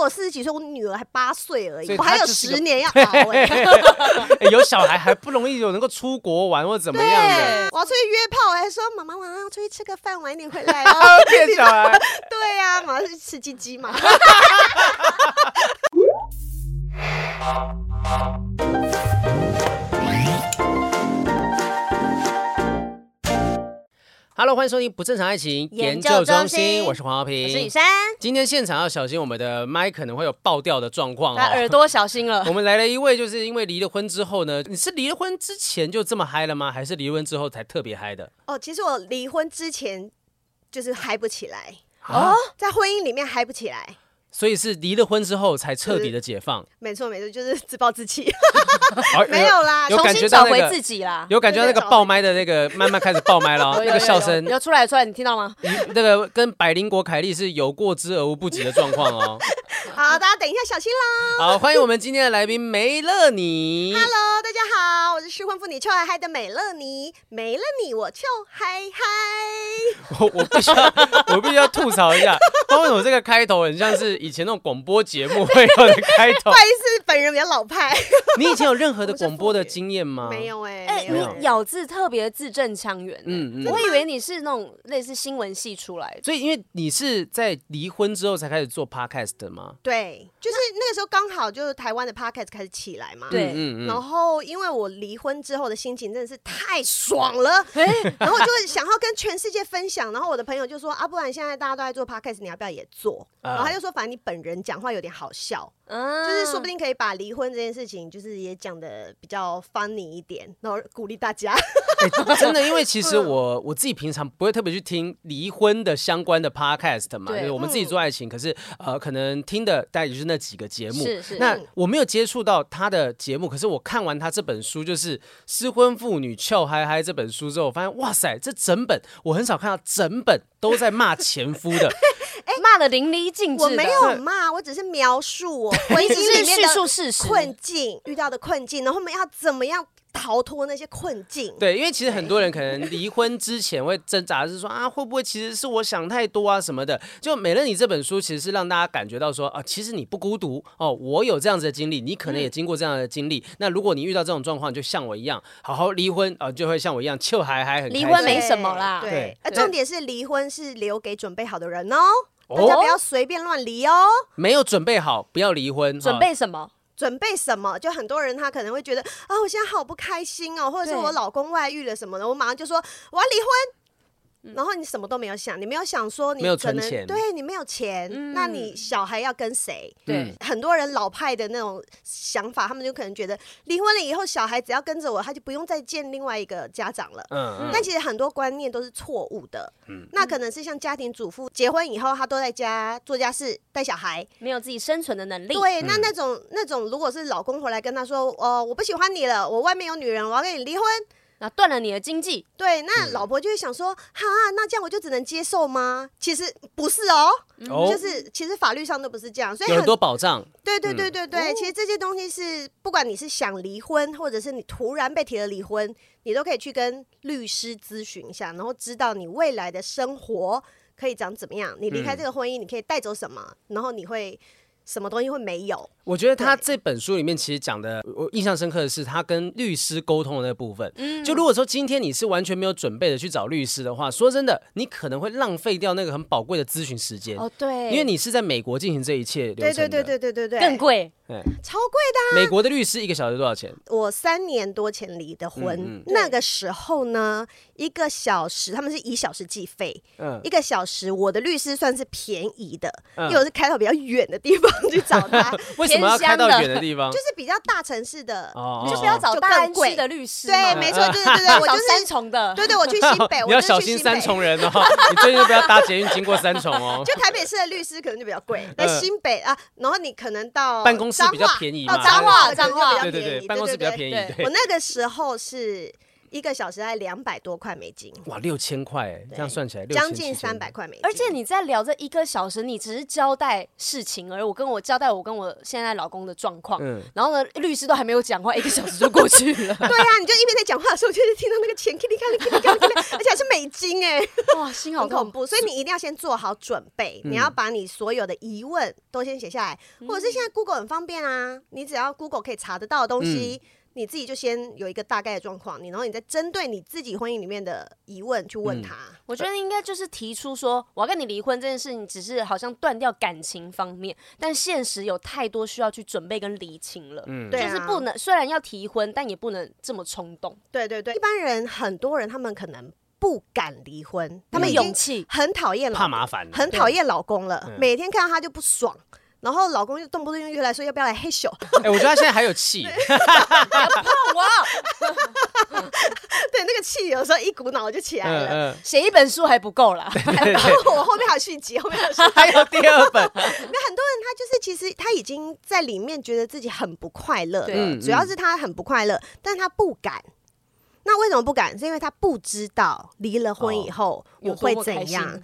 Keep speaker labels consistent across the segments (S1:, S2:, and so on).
S1: 我四十几岁，我女儿还八岁而
S2: 所
S1: 已，
S2: 以
S1: 我
S2: 她
S1: 还有
S2: 就是个
S1: 十年要熬哎、
S2: 哎有小孩还不容易有能够出国玩或怎么样的，
S1: 对，我要出去约炮，还说妈妈晚上要出去吃个饭，晚一点回 来哦。
S2: 骗小孩。
S1: 对啊呀、马上去吃鸡鸡 嘛。
S2: Hello，欢迎收听不正常爱情
S1: 研
S2: 研
S1: 究
S2: 究
S1: 中
S2: 中
S1: 心
S2: 心，我是黄浩
S3: 我是雨
S2: 平。
S3: 珊，
S2: 今天现场要小心我们的麦可能会有爆掉的状况
S3: 大家耳
S2: 哦。
S3: 朵小心了
S2: 我。们来了一位，就是因为离了婚之后呢，你是离了婚之前就这么嗨了吗？还是离婚之后才特别嗨的？
S1: 哦，其实我离婚之前就是嗨不起来，哦
S2: 啊，
S1: 在婚姻里面嗨不起来。
S2: 所以是离了婚之后才彻底的解放。
S1: 没错，没错，就是自暴自 弃。
S3: 呃
S2: 哎
S1: 没有啦，
S2: 有
S3: 重
S2: 感
S3: 新
S2: 觉到
S3: 找
S2: 那
S3: 回
S2: 个
S3: 自己啦。
S2: 有感觉到那个爆麦的那个慢慢开始爆麦了哦，
S3: 有
S2: 那
S3: 有
S2: 个
S3: 有
S2: 笑
S3: 有
S2: 声，
S3: 有出来有出来，你听到吗？
S2: 那个跟百灵果凯莉是有过之而无不及的状况哦。
S1: 好，大家等一下，小心啦。
S2: 好，欢迎我们今天的来宾梅乐你。
S1: Hello，大家好，我是失婚妇女邱海嗨的美乐妮，没了你我就嗨嗨。
S2: 我我必须要， 我必须要吐槽一下， 不知道为什么这个开头很像是以前那种广播节目会有的开
S1: 不。
S2: 头
S1: 好意思，本人比较老派，
S2: 你以前有任何的
S1: 我是妇
S2: 广播的
S1: 女
S2: 经验吗？
S1: 没。有哎、
S3: 哎，
S1: 没有哎
S3: 你咬字特别字正腔圆。
S2: 嗯
S3: 嗯
S2: 嗯
S3: 我以为你是那种类似新闻系出来 的。
S2: 所以，因为你是在离婚之后才开始做 podcast 的吗？
S1: 对，就是那个时候刚好就是台湾的 podcast 开始起来嘛。
S3: 对
S2: 嗯
S1: 然后，因为我离婚之后的心情真的是太爽了，
S2: 哎
S1: 然后就会想要跟全世界分享。然后我的朋友就说：“啊，不然现在大家都在做 podcast，你要不要也做？”
S2: 啊
S1: 然后他就说：“反正你本人讲话有点好笑，
S3: 嗯
S1: 就是说不定可以把离婚这件事情，就是也讲的比较 funny 一点，然后鼓励大家。
S2: 欸真的，因为其实
S3: 嗯
S2: 我我自己平常不会特别去听离婚的相关的 podcast 嘛，
S3: 对嗯
S2: 就是我们自己做爱情，可是呃，可能听的大概也就是那几个节目。
S3: 是是
S2: 那
S1: 嗯
S2: 我没有接触到他的节目，可是我看完他这本书，就是《失婚妇女俏嗨嗨》这本书之后，我发现哇塞，这整本我很少看到整本都在骂前夫的，
S3: 骂的淋漓尽致的。
S1: 哎我没有骂，我只是描述我婚姻
S3: 你只是
S1: 里面
S3: 叙述
S1: 的
S3: 事实。
S1: 困境遇到的困境，然后我们要怎么样逃脱那些困境。
S2: 对，因为其实很多人可能离婚之前会挣扎，是说啊，会不会其实是我想太多啊什么的。就美乐你这本书其实是让大家感觉到说啊，其实你不孤独哦，我有这样子的经历，你可
S3: 嗯
S2: 能也经过这样的经历。那如果你遇到这种状况，就像我一样，好好离婚啊、就会像我一样，就还还很
S3: 离
S2: 开
S3: 婚
S2: 心
S3: 没什么啦
S1: 对
S2: 对，
S1: 呃
S3: 对
S1: 重点是离婚是留给准备好的人哦，
S2: 哦
S1: 大家不要随便乱离哦。
S2: 没有准备好，不要离婚，
S3: 准
S2: 哦
S3: 备什
S1: 啊
S3: 么？
S1: 准备什么？就很多人他可能会觉得啊，我现在好不开心哦，或者是
S3: 对
S1: 我老公外遇了什么的，我马上就说我要离婚。
S3: 嗯
S1: 然后你什么都没有想，你没有想说你
S2: 没有
S1: 可能
S2: 存钱
S1: 对你没有钱，
S3: 嗯
S1: 那你小孩要跟谁？嗯
S3: 对，
S1: 很多人老派的那种想法，他们就可能觉得离婚了以后，小孩只要跟着我，他就不用再见另外一个家长了。
S2: 嗯嗯
S1: 但其实很多观念都是错误的。那可能是像家庭主妇结婚以后，她都在家做家事、带小孩。
S3: 没有自己生存的能力。
S1: 对，
S2: 嗯
S1: 那那种那种，如果是老公回来跟她说：“哦，我不喜欢你了，我外面有女人，我要跟你离婚。
S3: 那断了你的经济，”
S1: 对，那老婆就会想说：“哈，那这样我就只能接受吗？”其实不是哦，
S3: 嗯
S2: 哦
S1: 就是其实法律上都不是这样，所以
S2: 有
S1: 很
S2: 很多保障，
S1: 对对
S2: 嗯
S1: 对对对，其实这些东西是不管你是想离婚，或者是你突然被提了离婚，你都可以去跟律师咨询一下，然后知道你未来的生活可以长怎么样。你离
S2: 嗯
S1: 开这个婚姻，你可以带走什么，然后你会什么东西会没有？
S2: 我觉得他
S1: 对
S2: 这本书里面其实讲的，我印象深刻的是他跟律师沟通的那部分。
S3: 嗯
S2: 就如果说今天你是完全没有准备的去找律师的话，说真的，你可能会浪费掉那个很宝贵的咨询时间，
S3: 哦对，
S2: 因为你是在美国进行这一切流
S1: 对
S2: 程
S1: 对
S2: 的。
S1: 对对对对对，
S3: 更贵。
S2: 对，
S1: 超贵的
S2: 美国的律师一个小时多少钱？
S1: 啊。我三年多前离的婚，
S2: 嗯嗯
S1: 那个时候呢，一个小时他们是以小时计费，
S2: 嗯
S1: 一，个小时，我的律师算是便宜的，
S2: 嗯
S1: 因为我是开到比较远的地方去找 他，就
S2: 为什么要开到远 的地方？
S1: 是比较大城市的。
S2: 哦
S3: 你就不要找
S1: 就
S3: 大
S1: 更
S3: 安
S1: 贵
S3: 区的律师
S1: 对，
S3: 嘛，
S1: 没错，对对对对，我
S3: 找
S1: 就
S3: 三
S1: 是
S3: 重的，
S1: 对对，我去新 北，我
S2: 你要
S1: 就是
S2: 小
S1: 去
S2: 心
S1: 新
S2: 三
S1: 北
S2: 重 人哦，你最近都不要搭捷运经过三重哦。
S1: 就台北市的律师可能就比较贵，但
S2: 嗯
S1: 新北啊，然后你可能到
S2: 办公室
S1: 彰
S2: 比较
S1: 化
S2: 便宜
S1: 到
S2: 嘛
S1: 彰化，
S3: 对
S1: 彰化
S2: 对
S1: 比较
S2: 对
S1: 便
S2: 对，
S1: 宜，
S2: 办公室比较便宜。
S3: 对
S2: 对
S1: 我那个时候是一个小时才两百多块美金，
S2: 哇，六千块哎，这样算起来
S1: 将近
S2: 6700
S1: 三百。块美金。，
S3: 而且你在聊这一个小时，你只是交代事情，而我跟我交代我跟我现在老公的状况，
S2: 嗯
S3: 然后呢，律师都还没有讲话，一个小时就过去了
S1: 对啊，你就一边在讲话的时候，就是听到那个钱 k i 咔哩 k i 咔哩咔哩，而且还是美金哎、
S3: 哇，心 好
S1: 很恐
S3: 痛。
S1: 怖。所以你一定要先做好准备，你要把你所有的疑问都先写下来，或
S3: 嗯
S1: 者是现在 Google 很方便啊，你只要 Google 可以查得到的东西。你自己就先有一个大概的状况，你然后你再针对你自己婚姻里面的疑问去问他。
S3: 我觉得应该就是提出说，我要跟你离婚这件事情，只是好像断掉感情方面，但现实有太多需要去准备跟厘清了。
S2: 嗯
S1: 对
S3: 就
S1: 啊
S3: 是不能，虽然要提婚，但也不能这么冲动，
S1: 对对对，一般人很多人他们可能不敢离婚，他们
S3: 没
S1: 已
S3: 有
S1: 经
S3: 勇气。
S1: 很讨厌老
S2: 怕麻烦，
S1: 很讨厌老公了
S2: 嗯，
S1: 每天看到他就不爽，然后老公就动不动就来说要不要来黑咻，
S2: 哎，我觉得他现在还有气，
S3: 哇，
S1: 对，那个气有时候一股脑就起来
S2: 嗯
S1: 了。
S2: 嗯，
S3: 写一本书还不 够啦，
S1: 然后我后面还有续集，后面还有续集。
S2: 还有第二本，
S1: 那很多人他就是其实他已经在里面觉得自己很不快乐
S3: 对
S1: 了，
S2: 嗯
S1: 主要是他很不快乐，但他不敢。那为什么不敢？是因为他不知道离了婚以后、我
S3: 有
S1: 会
S3: 多么开
S1: 怎
S3: 心
S1: 样。？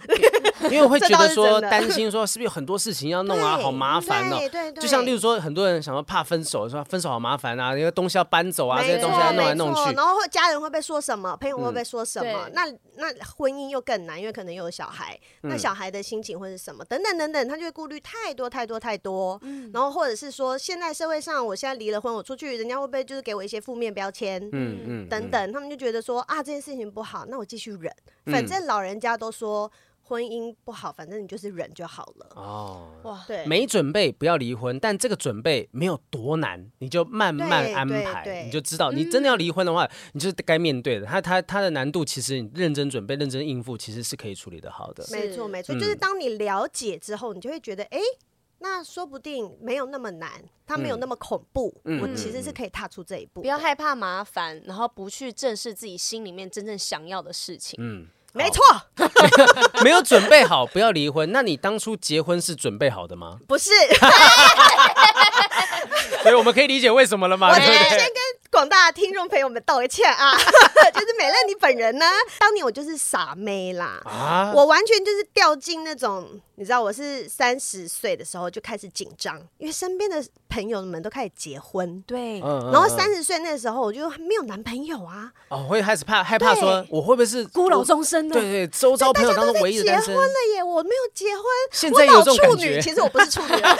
S2: 因为会觉得
S1: 这倒是
S2: 说
S1: 真的
S2: 担心说是不是有很多事情要弄啊，
S1: 对
S2: 好麻烦哦
S1: 对。对对，
S2: 就像例如说，很多人想说怕分手，说分手好麻烦啊，因为东西要搬走啊，这
S1: 没
S2: 些
S1: 错，
S2: 东
S1: 没
S2: 西
S1: 错，
S2: 要弄来弄去。嗯
S1: 然后会家人会被说什么，朋友会被说什么，
S3: 对
S1: 那那婚姻又更难，因为可能又有小孩，那
S2: 嗯
S1: 小孩的心情会是什么，等等等等，他就会顾虑太多太多太多。然后或者是说，现在社会上，我现在离了婚，我出去，人家会不会就是给我一些负面标签？
S2: 嗯嗯，
S1: 等
S2: 嗯，
S1: 等，他们就觉得说啊，这件事情不好，那我继续忍。
S2: 嗯
S1: 反正老人家都说婚姻不好，反正你就是忍就好了。
S2: 哦，
S3: 哇，
S1: 对，
S2: 没准备不要离婚，但这个准备没有多难，你就慢慢
S1: 对
S2: 安
S1: 对
S2: 排
S1: 对，嗯
S2: 你就知道，你真的要离婚的话，你就是该面对的。它它它的难度，其实你认真准备、认真应付，其实是可以处理的好的。
S1: 没
S3: 是
S1: 错，没错，就是
S2: 嗯
S1: 当你了解之后，你就会觉得，哎、那说不定没有那么难，它没有
S2: 嗯
S1: 那么恐怖，
S2: 嗯
S1: 我
S2: 嗯
S1: 其实是
S2: 嗯
S1: 可以踏出这一步。
S3: 不要，害怕麻烦，然后不去正视自己心里面真正想要的事情。
S2: 嗯，
S1: 没
S2: 好
S1: 错，，
S2: 没有准备好不要离婚。那你当初结婚是准备好的吗？
S1: 不 是。
S2: 所以我们可以理解为什么了嘛，
S1: 我
S2: 对不
S1: 先
S2: 对
S1: 跟？广大的听众朋友们道个歉啊， 就是美乐你本人呢，当年我就是傻妹啦。
S2: 啊，
S1: 我完全就是掉进那种，你知道，我是三十岁的时候就开始紧张，因为身边的朋友们都开始结婚，
S3: 对，
S2: 嗯
S1: 然后
S2: 嗯
S1: 三十岁那时候我就没有男朋友啊，
S2: 哦，会开始怕害怕说
S1: 对
S2: 我会不会是
S3: 孤老
S2: 我
S3: 终生
S2: 对
S3: 的，
S2: 对，周遭朋友当中唯一的
S1: 结
S2: 单身
S1: 婚。了耶，我没有结婚，
S2: 现
S1: 我
S2: 在有
S1: 老
S2: 这种
S1: 处
S2: 感
S1: 女，
S2: 觉，
S1: 其实我不是处女 啊，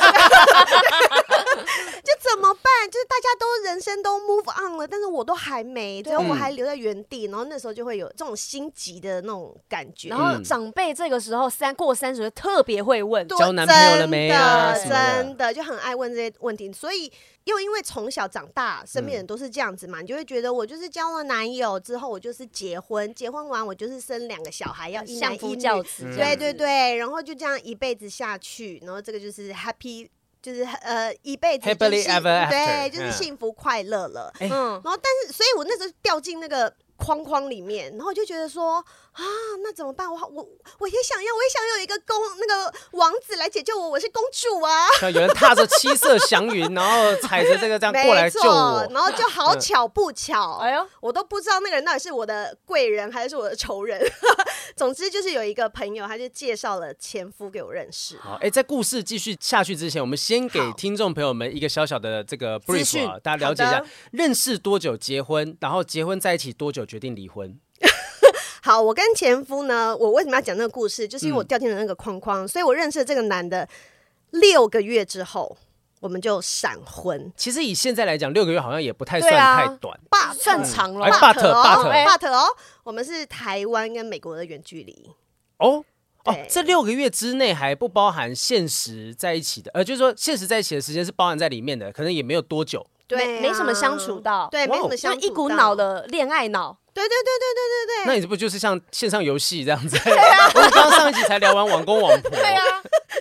S1: 就怎么办？就是大家都人生都 move on 了，但是我都还没，所以我还留在原地。然后那时候就会有这种心急的那种感觉。
S2: 嗯
S3: 然后长辈这个时候三过三十特别会问，
S1: 对
S2: 交男朋友了没啊
S1: 真
S2: 什
S1: 的
S2: 么的
S1: 真的就很爱问这些问题，所以又因为从小长大，身
S2: 嗯
S1: 边人都是这样子嘛，你就会觉得我就是交了男友之后，我就是结婚，结婚完我就是生两个小孩，要一男
S3: 相
S1: 一
S3: 夫
S1: 女，
S3: 教子
S2: 嗯，
S3: 这样
S1: 对对，
S3: 子
S1: 对，然后就这样一辈子下去，然后这个就是 happy，就是呃一辈子就是
S2: Happily
S1: 幸
S2: ever
S1: 对，
S2: after，
S1: 就是
S2: 嗯
S1: 幸福快乐了。
S2: 哎
S3: 嗯，
S1: 然后但是，所以我那时候掉进那个框框里面，然后我就觉得说啊，那怎么办？我好我我也想要，我也想有一个公那个王子来解救我，我是公主啊。
S2: 像有人踏着七色祥云，然后踩着这个这样过来
S1: 没
S2: 救
S1: 错，
S2: 我。嗯
S1: 然后就好巧不巧，
S3: 哎呦，
S1: 我都不知道那个人到底是我的贵人还是我的仇人。 总之就是有一个朋友，他就介绍了前夫给我认识。
S2: 好，哎，在故事继续下去之前，我们先给
S1: 好
S2: 听众朋友们一个小小的这个
S3: 资
S2: brief 啊，
S3: 讯
S2: 大家了解一
S1: 好
S2: 下
S1: 的
S2: 认识多久结婚，然后结婚在一起多久决定离婚。
S1: 好，我跟前夫呢，我为什么要讲这个故事，就是因为我
S2: 嗯
S1: 掉进了那个框框，所以我认识了这个男的六个月之后，我们就闪婚。
S2: 其实以现在来讲，六个月好像也不太
S3: 对
S2: 算
S3: 啊
S2: 太短。
S1: But
S3: 算长了
S2: 哎。
S1: but
S2: but-
S1: 哦
S2: but-
S1: but 哦，我们是台湾跟美国的远距离，
S2: 哦哦
S1: 对，
S2: 这六个月之内还不包含现实在一起的，呃，就是说现实在一起的时间是包含在里面的，可能也没有多久。
S1: 对啊，
S3: 没没什么相处到
S1: 对，没
S2: 哇哦
S1: 什么
S3: 就
S1: 相
S3: 是
S1: 处，
S3: 一股脑，的恋爱脑，
S1: 对对对对对对对
S2: 那你这不就是像线上游戏这样 子？我们刚刚上一集才聊完网公网婆，对啊，
S3: 哦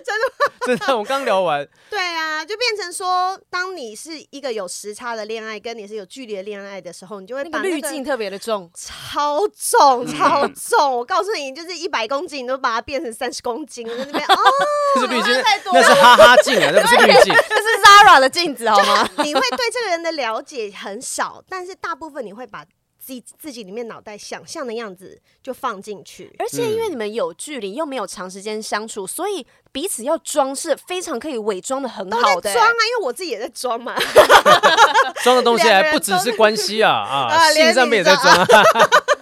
S2: 真的真的，我刚聊完，
S1: 对啊，就变成说，当你是一个有时差的恋爱，跟你是有距离的恋爱的时候，你就会
S3: 那
S1: 把
S3: 个
S1: 那
S3: 滤
S1: 个
S3: 镜特别的重，
S1: 超
S2: 嗯
S1: 重超重，我告诉你，就是一百公斤，你都把它变成三十公斤，在那边哦，
S2: 这是滤镜
S3: 太，多
S2: 那是哈哈镜啊，那不是滤镜。
S3: 这是 Zara 的镜子好吗？
S1: 你会对这个人的了解很少，但是大部分你会把。自己自己里面脑袋想象的样子就放进去。
S3: 而且因为你们有距离，又没有长时间相处，所以彼此要装是非常可以伪装的很
S1: 都在
S3: 好的、
S1: 装啊，因为我自己也在装嘛，
S2: 装的东西
S1: 两个
S2: 还
S1: 人
S2: 不只是关系啊啊，
S1: 啊 连
S2: 性上面也
S1: 你知
S2: 在
S1: 道
S2: 装啊。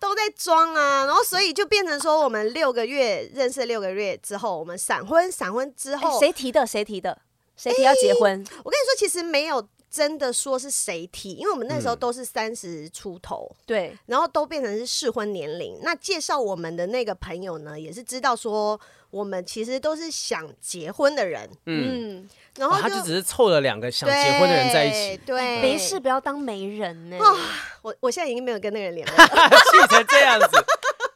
S1: 都在装啊。然后所以就变成说，我们六个月认识六个月之后，我们闪婚，闪婚之
S3: 哎
S1: 后，
S3: 谁提的？谁提的？谁提要结婚？
S1: 我跟你说，其实没有真的说是谁提，因为我们那时候
S2: 嗯
S1: 都是三十出头，
S3: 对，
S1: 然后都变成是适婚年龄。那介绍我们的那个朋友呢，也是知道说我们其实都是想结婚的人，
S2: 嗯，
S3: 嗯，
S1: 然
S2: 哇
S1: 后
S2: 他
S1: 就
S2: 就只是凑了两个想结婚的人在一起，
S1: 对，对
S3: 没事，。不要当媒人呢、
S1: 我我现在已经没有跟那个人联络了，
S2: 气成这样子。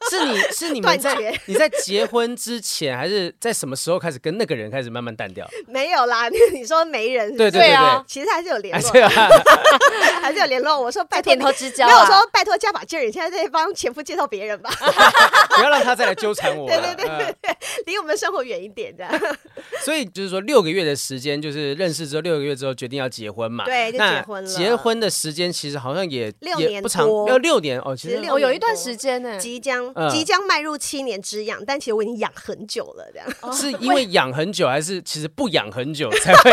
S2: 是你是你们
S1: 断
S2: 在
S1: 绝
S2: 你在结婚之前，还是在什么时候开始跟那个人开始慢慢淡掉？
S1: 没有啦。 你你说没人是不
S2: 对
S1: 是，
S2: 对对
S3: 对啊
S2: 对，
S1: 其实还是有联
S2: 哎
S1: 络，
S2: 对啊，
S1: 还是有联络。我说拜托
S3: 在点
S1: 你，
S3: 头之交、啊。
S1: 没有我说拜托加把劲儿，你现在在帮前夫介绍别人 吧，
S2: 不要让他再来纠缠我。
S1: 对
S2: 了。
S1: 对
S2: 嗯
S1: 离我们生活远一点这样。
S2: 所以就是说，六个月的时间，就是认识之后六个月之后决定要结婚嘛。
S1: 对就
S2: 那
S1: 结婚了
S2: 结婚的时间其实好像也
S1: 六
S2: 也
S1: 年
S2: 不长，
S1: 多
S2: 要六年哦，其
S1: 其
S2: 实
S1: 实六
S3: 我有一段时间呢、
S1: 即将
S2: 嗯
S1: 即将迈入七年之痒，但其实我已经养很久了，这样。
S2: 是因为养很久，还是其实不养很久 才会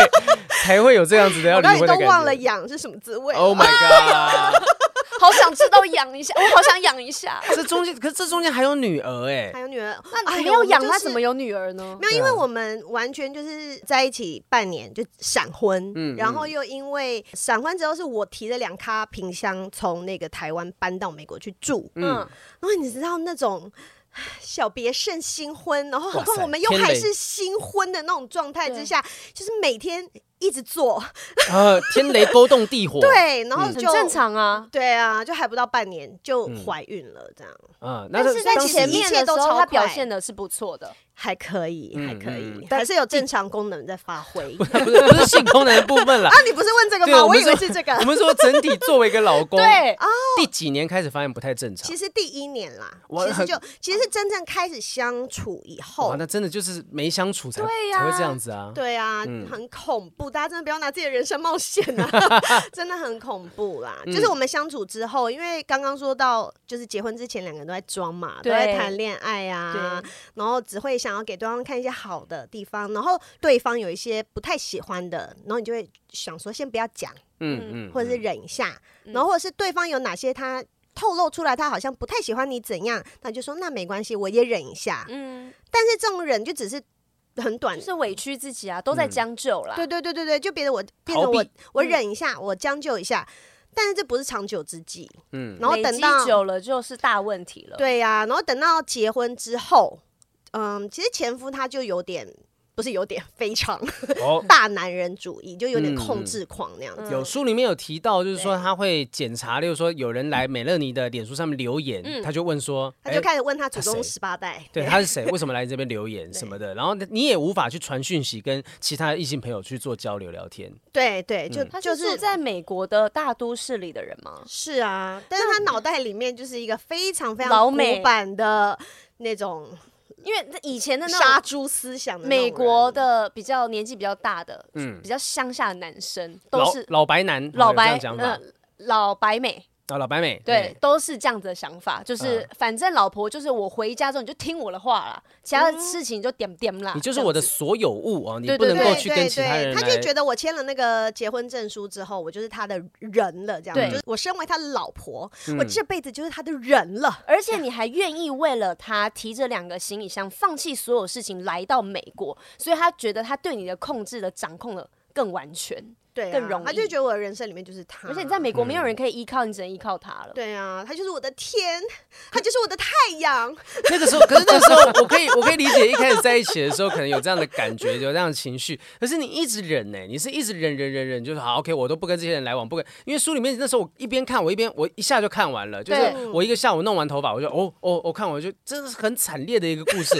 S2: 才会有这样子的要
S1: 我
S2: 离
S1: 到
S2: 婚
S1: 底
S2: 的
S1: 都
S2: 感觉？
S1: 忘了养是什么滋味了。
S2: Oh my god！
S3: 好想知道养一下，我好想养一下。
S2: 这中间可是这中间还有女儿哎、
S1: 还有女儿，
S3: 那
S1: 哎
S3: 你没
S1: 呦
S3: 有
S1: 我们
S3: 养
S1: 就
S3: 他，
S1: 是
S3: 怎么有女儿呢？
S1: 没有，因为我们完全就是在一起半年就闪婚，
S2: 嗯
S1: 然后又因为闪婚之后是我提了两咖平箱从那个台湾搬到美国去住，
S2: 嗯，
S1: 然后你知道那种 唉小别胜新婚，然后何
S2: 哇塞
S1: 况我们又
S2: 天
S1: 还
S2: 雷
S1: 是新婚的那种状态之
S3: 对
S1: 下，就是每天一直做，
S2: 呃，天雷勾动地火，
S1: 对，然后
S3: 很
S1: 就、
S3: 正。常啊。
S1: 对啊，就还不到半年就
S2: 嗯
S1: 怀孕了，这样、
S2: 嗯，那
S3: 但是在
S2: 当时
S3: 前
S1: 一
S3: 面
S1: 切
S3: 的
S1: 都
S3: 时候，
S1: 超
S3: 他表
S1: 快
S3: 现的是不错的。
S1: 还可以，还
S2: 嗯
S1: 可以，
S2: 嗯嗯
S1: 还是有正常功能在发挥。
S2: 不是不是性功能的部分啦，
S1: 啊，你不是问这个
S2: 对，
S1: 吗？
S2: 我
S1: 我
S2: 们
S1: 以为
S2: 说
S1: 是这个
S2: 我。们说整体作为一个老公，
S3: 对，啊
S2: 第几年开始发现不太正 常
S1: 其？实第一年啦，
S2: 我
S1: 其实就其实真正开始相处以
S2: 哇，
S1: 后，
S2: 那真的就是没相处才、
S3: 对呀
S2: 才会这样子啊。
S1: 对啊，
S2: 嗯
S1: 很恐怖，大家真的不要拿自己的人生冒险 啊，真的很恐怖啦。
S2: 嗯
S1: 就是我们相处之后，因为刚刚说到，就是结婚之前两个人都在装嘛，都
S3: 对
S1: 在谈恋爱啊，
S3: 对，
S1: 然后只会想要给对方看一些好的地方，然后对方有一些不太喜欢的，然后你就会想说先不要讲，
S2: 嗯嗯，
S1: 或者是忍一下，
S3: 嗯
S1: 然后或者是对方有哪些他。透露出来，他好像不太喜欢你怎样，那你就说那没关系，我也忍一下。
S3: 嗯，
S1: 但是这种忍就只是很短
S3: 就是委屈自己啊，都在
S2: 嗯
S3: 将就啦。
S1: 对对对对对，就变得我变
S2: 逃
S1: 得我
S2: 避
S1: 我
S3: 嗯
S1: 忍一下，我将就一下，但是这不是长久之计。
S2: 嗯，
S1: 然后
S3: 累
S1: 等
S3: 积
S1: 到
S3: 久了就是大问题了。，
S1: 对呀、然后等到结婚之后，嗯，其实前夫他就有点不是有点非常
S2: 哦，
S1: 大男人主义，就有点
S2: 嗯
S1: 控
S2: 嗯
S1: 制狂那样子。
S2: 有书里面有提到，就是说他会检查，例如说有人来美乐妮的脸书上面留言，
S3: 嗯
S2: 他就问说，
S1: 他就
S2: 哎
S1: 开始问他祖
S2: 他谁
S1: 宗十八代，
S2: 对，他是谁？为什么来这边留言
S1: 对
S2: 什么的？然后你也无法去传讯息跟其他异性朋友去做交流聊天。
S1: 对对，
S2: 嗯
S1: 就
S3: 他
S1: 就是
S3: 住
S1: 是
S3: 在美国的大都市里的人吗？
S1: 是啊，但是他脑袋里面就是一个非常非
S3: 老
S1: 常
S3: 美
S1: 古板的那种
S3: 因为以前的那
S1: 杀
S3: 种
S1: 猪思想的那种
S3: 美国
S1: 人
S3: 的比较年纪比较大的，
S2: 嗯
S3: 比较乡下的男生都
S2: 老
S3: 是
S2: 老白男，哦
S3: 老白
S2: 有这样讲
S3: 呃
S2: 法
S3: 老白美，
S2: 啊，老白美，
S3: 对，，都是这样子的想法，
S2: 嗯
S3: 就是反正老婆就是我回家之后你就听我的话啦，其他的事情你就点点啦。
S2: 嗯你就是
S3: 这样
S2: 我的
S3: 子
S2: 所有物哦，你
S3: 对
S2: 不能
S3: 对
S2: 够
S1: 对
S2: 去
S1: 对
S2: 跟其他人
S1: 对，他就觉
S2: 来。
S1: 得我签了那个结婚证书之后，我就是他的人了，这样，
S3: 对
S1: 就是我身为他的老婆，
S2: 嗯
S1: 我这辈子就是他的人了。
S3: 而且你还愿意为了他提着两个行李箱，放弃所有事情来到美国，所以他觉得他对你的控制的掌控的更完全，
S1: 对、啊，
S3: 更容易
S1: 他就觉得我的人生里面就是他，
S3: 而且你在。美国没有
S2: 嗯
S3: 人可以依靠，你只能依靠他了。
S1: 对啊，他就是我的天，他就是我的太阳。
S2: 那个时候，可是那个时候，我可以，我可以理解，一开始在一起的时候，可能有这样的感觉，有这样的情绪。可是你一直忍呢、欸你是一直忍忍忍忍，就是好，OK，我都不跟这些人来往，不跟。因为书里面那时候我一边看，我一边我一下就看完了，就是
S3: 对
S2: 我一个下午弄完头发，我就哦哦，我看完就真的是很惨烈的一个故事，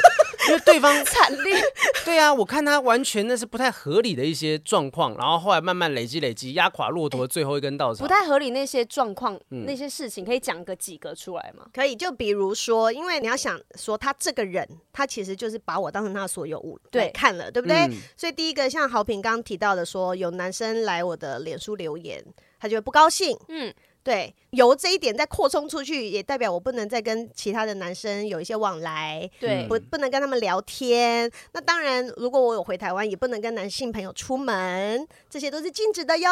S2: 因为对方
S3: 惨烈，
S2: 对啊，我看他完全那是不太合理的一些状况，然后后来慢慢累积累积，压垮骆驼的最后一根稻草。
S3: 不太合理那些状况、那些事情，可以讲个几个出来吗？
S1: 可以，就比如说，因为你要想说他这个人，他其实就是把我当成他的所有物
S3: 对
S1: 来看了，对不对？
S2: 嗯
S1: 所以第一个，像豪平刚刚提到的说有男生来我的脸书留言，他就会不高兴，
S3: 嗯，
S1: 对，由这一点再扩充出去，也代表我不能再跟其他的男生有一些往来，
S3: 对，
S1: 不不能跟他们聊天。那当然，如果我有回台湾，也不能跟男性朋友出门，这些都是禁止的哟。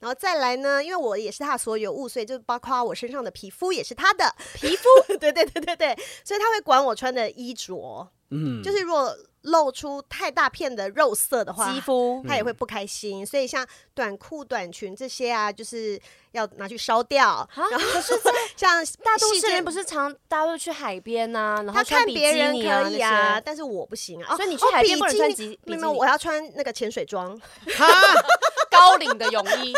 S1: 然后再来呢，因为我也是他的所有物，所以就包括我身上的皮肤也是他的皮肤。 对对对对对，所以他会管我穿的衣着，
S2: 嗯，
S1: 就是如果露出太大片的肉色的话，
S3: 肌肤嗯
S1: 他也会不开心。所以像短裤、短裙这些啊，就是要拿去烧掉。
S3: 啊，可是在
S1: 像
S3: 大都
S1: 细
S3: 市人
S1: 间
S3: 不是常大家会去海边呐、然后
S1: 他
S3: 穿
S1: 看
S3: 比
S1: 别
S3: 基
S1: 人
S3: 尼
S1: 可以
S3: 啊
S1: 啊，但是我不行啊。哦
S3: 那些，所以你去
S1: 哦
S3: 海边
S1: 比
S3: 不能
S1: 基
S3: 穿
S1: 尼
S3: 比
S1: 没
S3: 比
S1: 有
S3: 基
S1: 没有，
S3: 尼
S1: 我要穿那个潜水装，
S3: 高领的泳衣，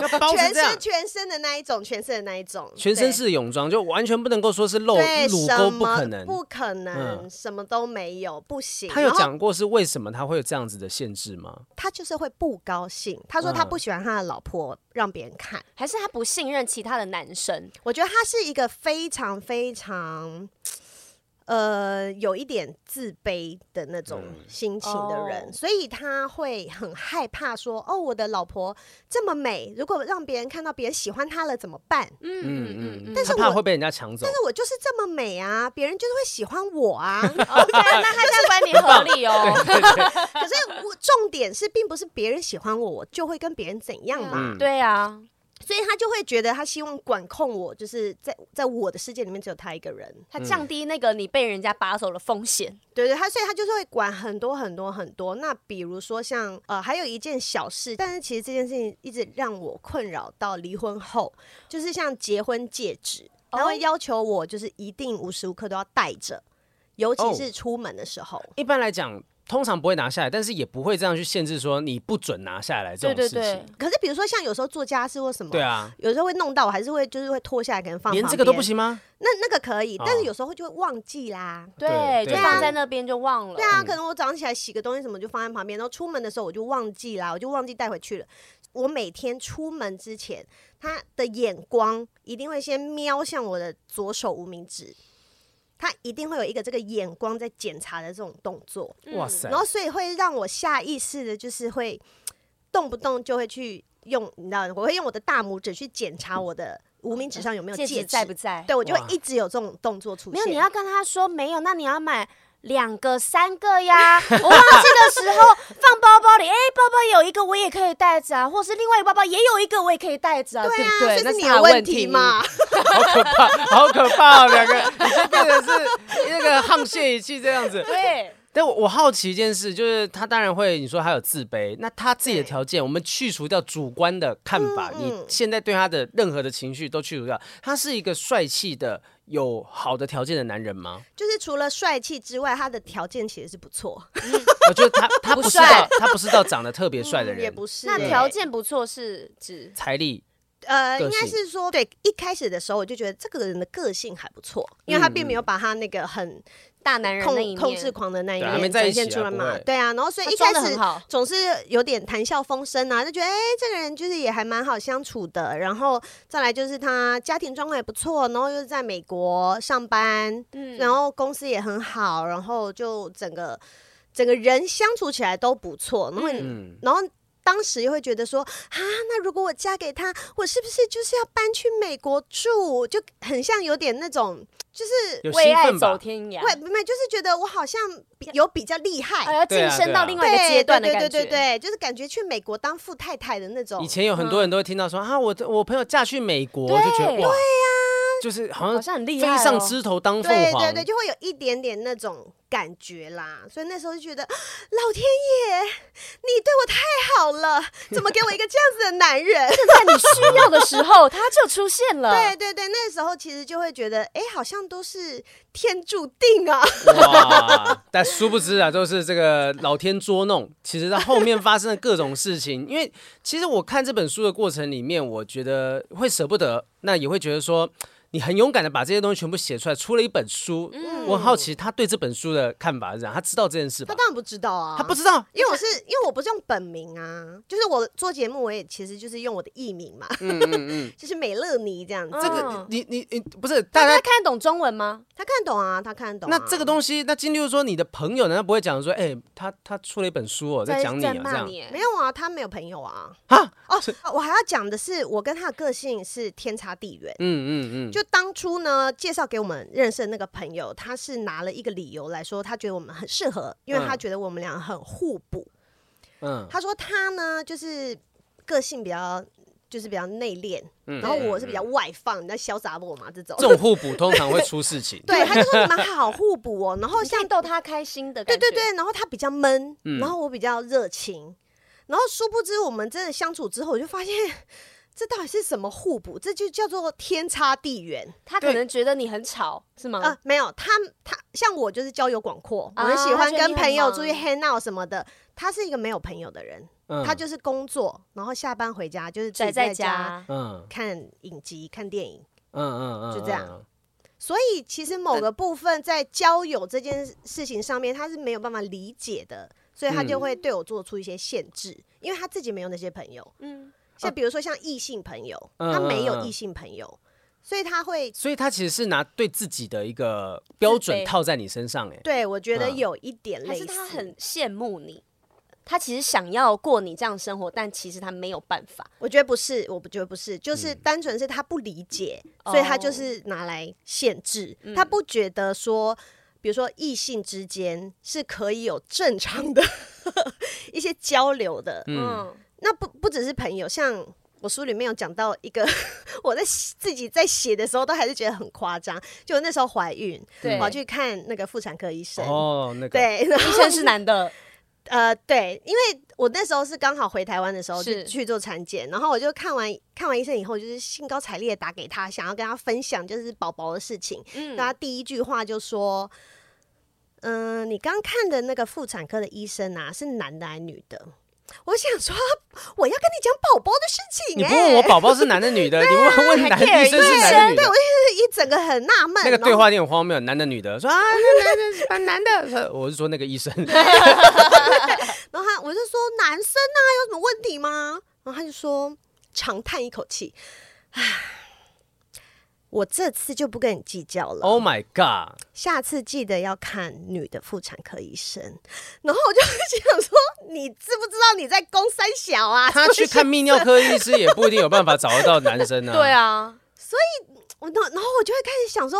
S2: 要
S3: 哦
S2: 包
S1: 全
S2: 成这样
S1: 身。全身的那一种，全身的那一种，
S2: 全身
S1: 对
S2: 是泳装，就完全不能够说是露
S1: 对
S2: 乳沟，
S1: 什
S2: 不
S1: 么
S2: 可能。
S1: 不可能，
S2: 嗯
S1: 什么都没有，不行。
S2: 他有
S1: 然后
S2: 讲过是为什么他会有这样子的限制吗？
S1: 他就是会不高兴，他说他
S2: 嗯
S1: 不喜欢他的老婆让别人看。
S3: 还是他不信任其他的男生？
S1: 我觉得他是一个非常非常。呃，有一点自卑的那种心情的人，
S3: 哦
S1: 所以他会很害怕说：“哦，我的老婆这么美，如果让别人看到别人喜欢她了怎么办？”
S3: 嗯嗯嗯嗯，
S1: 但 是
S2: 他怕
S1: 我
S2: 会被人家抢走
S1: 但。是我就是这么美啊，别人就是会喜欢我啊。
S3: OK，那 他这样观点合理哦。
S1: 可是我重点是，并不是别人喜欢我，我就会跟别人怎样嘛。
S2: 嗯
S3: 对啊，
S1: 所以他就会觉得他希望管控我，就是在在我的世界里面只有他一个人。
S3: 他降低那个你被人家把守的风险。
S1: 对对，他所以他就是会管很多很多很多。那比如说像呃，还有一件小事，但是其实这件事情一直让我困扰到离婚后，就是像结婚戒指，
S3: 哦
S1: 他会要求我就是一定无时无刻都要戴着，尤其
S2: 哦
S1: 是出门的时候。
S2: 一般来讲，通常不会拿下来，但是也不会这样去限制说你不准拿下来这
S3: 对
S2: 种
S3: 对
S2: 事情。
S3: 对，
S1: 可是比如说像有时候做家事或什么，
S2: 对啊，
S1: 有时候会弄到，我还是会就是会脱下来，可能放
S2: 连
S1: 旁
S2: 这个都
S1: 边
S2: 不。行吗？
S1: 那那个可以，
S2: 哦
S1: 但是有时候就会忘记啦。
S3: 对，
S2: 对
S3: 就放在那边就忘了。
S1: 对啊，可能我早上起来洗个东西什么就放在旁边，然后出门的时候我就忘记啦，我就忘记带回去了。我每天出门之前，他的眼光一定会先瞄向我的左手无名指，他一定会有一个这个眼光在检查的这种动作，
S3: 嗯
S2: 哇塞
S1: 然！后所以会让我下意识的就是会动不动就会去用，你知道，我会用我的大拇指去检查我的无名指上有没有
S3: 戒
S1: 指
S3: 指在不在？
S1: 对我就
S2: 哇
S1: 会一直有这种动作出现。
S3: 没有，你要跟他说没有，那你要买两个、三 个呀。我忘记的时候放包包里，哎，包包有一个我也可以带着啊，或是另外一个包包也有一个我也可以带着啊，对不
S1: 对
S3: 对？
S1: 啊，
S3: 那
S1: 这是你
S3: 他
S1: 的
S3: 的
S1: 问
S3: 题
S1: 题嘛？？
S2: 好可怕，好可怕、哦！两个，你就变成是那个 沆瀣一气这样子。
S3: 对，
S2: 但我我好奇一件事，就是他当然会，你说他有自卑，那他自己的
S1: 对
S2: 条件，我们去除掉主观的看法，
S1: 嗯嗯
S2: 你现在对他的任何的情绪都去除掉，他是一个帅气的、有好的条件的男人吗？
S1: 就是除了帅气之外，他的条件其实是不错，
S2: 我觉得他他
S3: 不
S2: 不是
S3: 帅
S2: 到他不是到长得特别
S3: 嗯
S2: 帅的
S1: 嗯也
S2: 人，
S1: 不是
S3: 那
S1: 欸
S3: 条件不错是指
S2: 财力
S1: 呃，
S2: 个
S1: 应该
S2: 性
S1: 是说对。一开始的时候，我就觉得这个人的个性还不错，因为他并没
S2: 嗯
S1: 有把他那个很
S3: 大男人那一
S1: 控控
S3: 面，
S1: 制狂的那一
S2: 对啊没
S1: 面
S2: 在一
S1: 展现
S2: 起啊
S1: 出来
S2: 不
S1: 嘛
S2: 会。
S1: 对啊，然后所以
S3: 他
S1: 一
S3: 装
S1: 开
S3: 的
S1: 始
S3: 很好。
S1: 总是有点谈笑风生啊，就觉得哎、这个人就是也还蛮好相处的。然后再来就是他家庭状况也不错，然后又是在美国上班，
S3: 嗯
S1: 然后公司也很好，然后就整个整个人相处起来都不错，然后你、
S2: 嗯
S1: 然后。当时又会觉得说啊，那如果我嫁给他，我是不是就是要搬去美国住？就很像有点那种，就是
S2: 有
S3: 为
S2: 兴
S3: 爱
S2: 奋
S3: 走
S2: 吧？
S3: 天涯，
S1: 会没有，就是觉得我好像比有比较厉害，
S3: 啊要
S2: 对啊
S3: 晋升
S2: 对
S3: 到
S2: 啊
S3: 另外一
S1: 对
S3: 个阶段的感觉。
S1: 对对对对，就是感觉去美国当富太太的那种
S2: 以。前有很多人都会听到说、啊，我的我朋友嫁去美国，就觉得
S3: 对
S2: 哇，就是好
S3: 好
S2: 像
S3: 像很厉
S2: 飞
S3: 害、哦，
S2: 上枝头当凤
S1: 对
S2: 凰，
S1: 对对，就会有一点点那种感觉啦，所以那时候就觉得，老天爷，你对我太好了，怎么给我一个这样子的男 人？
S3: 在你需要的时候，他就出现了。
S2: 嗯
S1: 对对对，那时候其实就会觉得，哎，好像都是天注定啊。
S2: 哇！但殊不知啊，都是这个老天捉弄。其实，在后面发生的各种事情，因为其实我看这本书的过程里面，我觉得会舍不得，那也会觉得说。你很勇敢的把这些东西全部写出来，出了一本书。
S3: 嗯
S2: 我很好奇他对这本书的看法是怎样，他知道这件事
S1: 他
S2: 吧？
S1: 当然不知道啊，
S2: 他不知道，
S1: 因为我是因为我不是用本名啊，就是我做节目我也其实就是用我的艺名嘛， 就是美乐妮这样子。
S3: 嗯
S2: 嗯这个你你你不是大
S3: 那
S2: 家
S3: 他看得懂中文吗？
S1: 他看懂啊，他看懂啊、
S2: 那这个东西，那今例如说你的朋友难道不会讲说，哎、他他出了一本书哦，在讲你啊
S3: 在
S2: 这
S3: 骂
S2: 样，
S3: 你欸，
S1: 没有啊，他没有朋友啊。
S2: 啊
S1: 哦，我还要讲的是，我跟他的个性是天差地远。
S2: 嗯嗯嗯，
S1: 就当初呢，介绍给我们认识的那个朋友，他是拿了一个理由来说，他觉得我们很适合，因为他
S2: 嗯
S1: 觉得我们俩很互补。
S2: 嗯
S1: 他说他呢，就是个性比较，就是比较内敛，
S2: 嗯，
S1: 然后我是比较外放，你在潇洒我嘛这种。，
S2: 这种互补通常会出事情
S1: 对，他就说你们好互补哦。然后
S3: 你 可
S1: 像
S3: 以逗他开心的
S1: 对
S3: 感觉。
S1: 对对，然后他比较闷，
S2: 嗯
S1: 然后我比较热情，然后殊不知我们真的相处之后，我就发现 这到底是什么互补？这就叫做天差地远。
S3: 他可能觉得你很吵，是吗？
S1: 呃，没有，他他像我就是交友广阔，我
S3: 嗯啊
S1: 很喜欢
S3: 他觉得
S1: 跟
S3: 你
S1: 朋友
S3: 很忙
S1: 出去 hang out 什么的。他是一个没有朋友的人，
S2: 嗯
S1: 他就是工作，然后下班回家就是自
S3: 宅
S1: 己
S3: 在
S1: 家
S3: 家，
S2: 嗯
S1: 看影集、看电影。
S2: 嗯嗯嗯，
S1: 就这样
S2: 嗯。
S1: 所以其实某个部分在交友这件事情上面，他是没有办法理解的，所以他就会对我做出一些限制，因为他自己没有那些朋友。
S3: 嗯，
S1: 像比如说像异性朋友，
S2: 嗯
S1: 他没有
S2: 嗯
S1: 异性朋友，所以他会
S2: 所以他其实是拿对自己的一个标
S3: 自
S2: 准
S3: 卑
S2: 套在你身上，哎，
S1: 对我觉得
S2: 嗯
S1: 有一点
S3: 还
S1: 类
S3: 是
S1: 似。
S3: 他很羡慕你，他其实想要过你这样生活，但其实他没有办法。
S1: 我觉得不是，我不觉得不是，就是
S2: 嗯
S1: 单纯是他不理解，所以他就是拿来限制，他不觉得说。比如说，异性之间是可以有正常的 一些交流的，
S2: 嗯，
S3: 嗯，
S1: 那不不只是朋友，像我书里面有讲到一个， 我在写自己在写的时候都还是觉得很夸张，就我那时候怀孕，
S3: 对
S1: 我要去看那个妇产科医生。
S2: 哦，那个，
S1: 对， 然后
S3: 医生是男的，
S1: 呃，对，因为我那时候是刚好回台湾的时候就是去做产检，然后我就看完看完医生以后，就是兴高采烈地打给他，想要跟他分享就是宝宝的事情。
S3: 嗯
S1: 那他第一句话就说：“嗯、你刚看的那个妇产科的医生啊，是男的还是女的？”我想说，我要跟你讲宝宝的事
S2: 你
S1: 情、
S2: 不
S1: 欸，
S2: 问我宝宝是男的 女的，你
S1: 啊
S2: 问问男医生是男的女的，
S1: 就是一整个很纳闷。
S2: 那个
S1: 然后
S2: 对话有点荒谬，男的女的说啊，那男的是
S1: 呃
S2: 把男的，说我是说那个医生，
S1: 然后他我就说男生啊有什么问题吗？然后他就说长叹一口气，唉，我这次就不跟你计较了，
S3: 哦
S2: Oh my god！
S1: 下次记得要看女的妇产科医生。然后我就想说，你知不知道你在攻三小 啊？
S2: 他去看泌尿科医师也不一定有办法找得到男生 呢、
S3: 对，啊，
S1: 我然后然后我就会开始想说，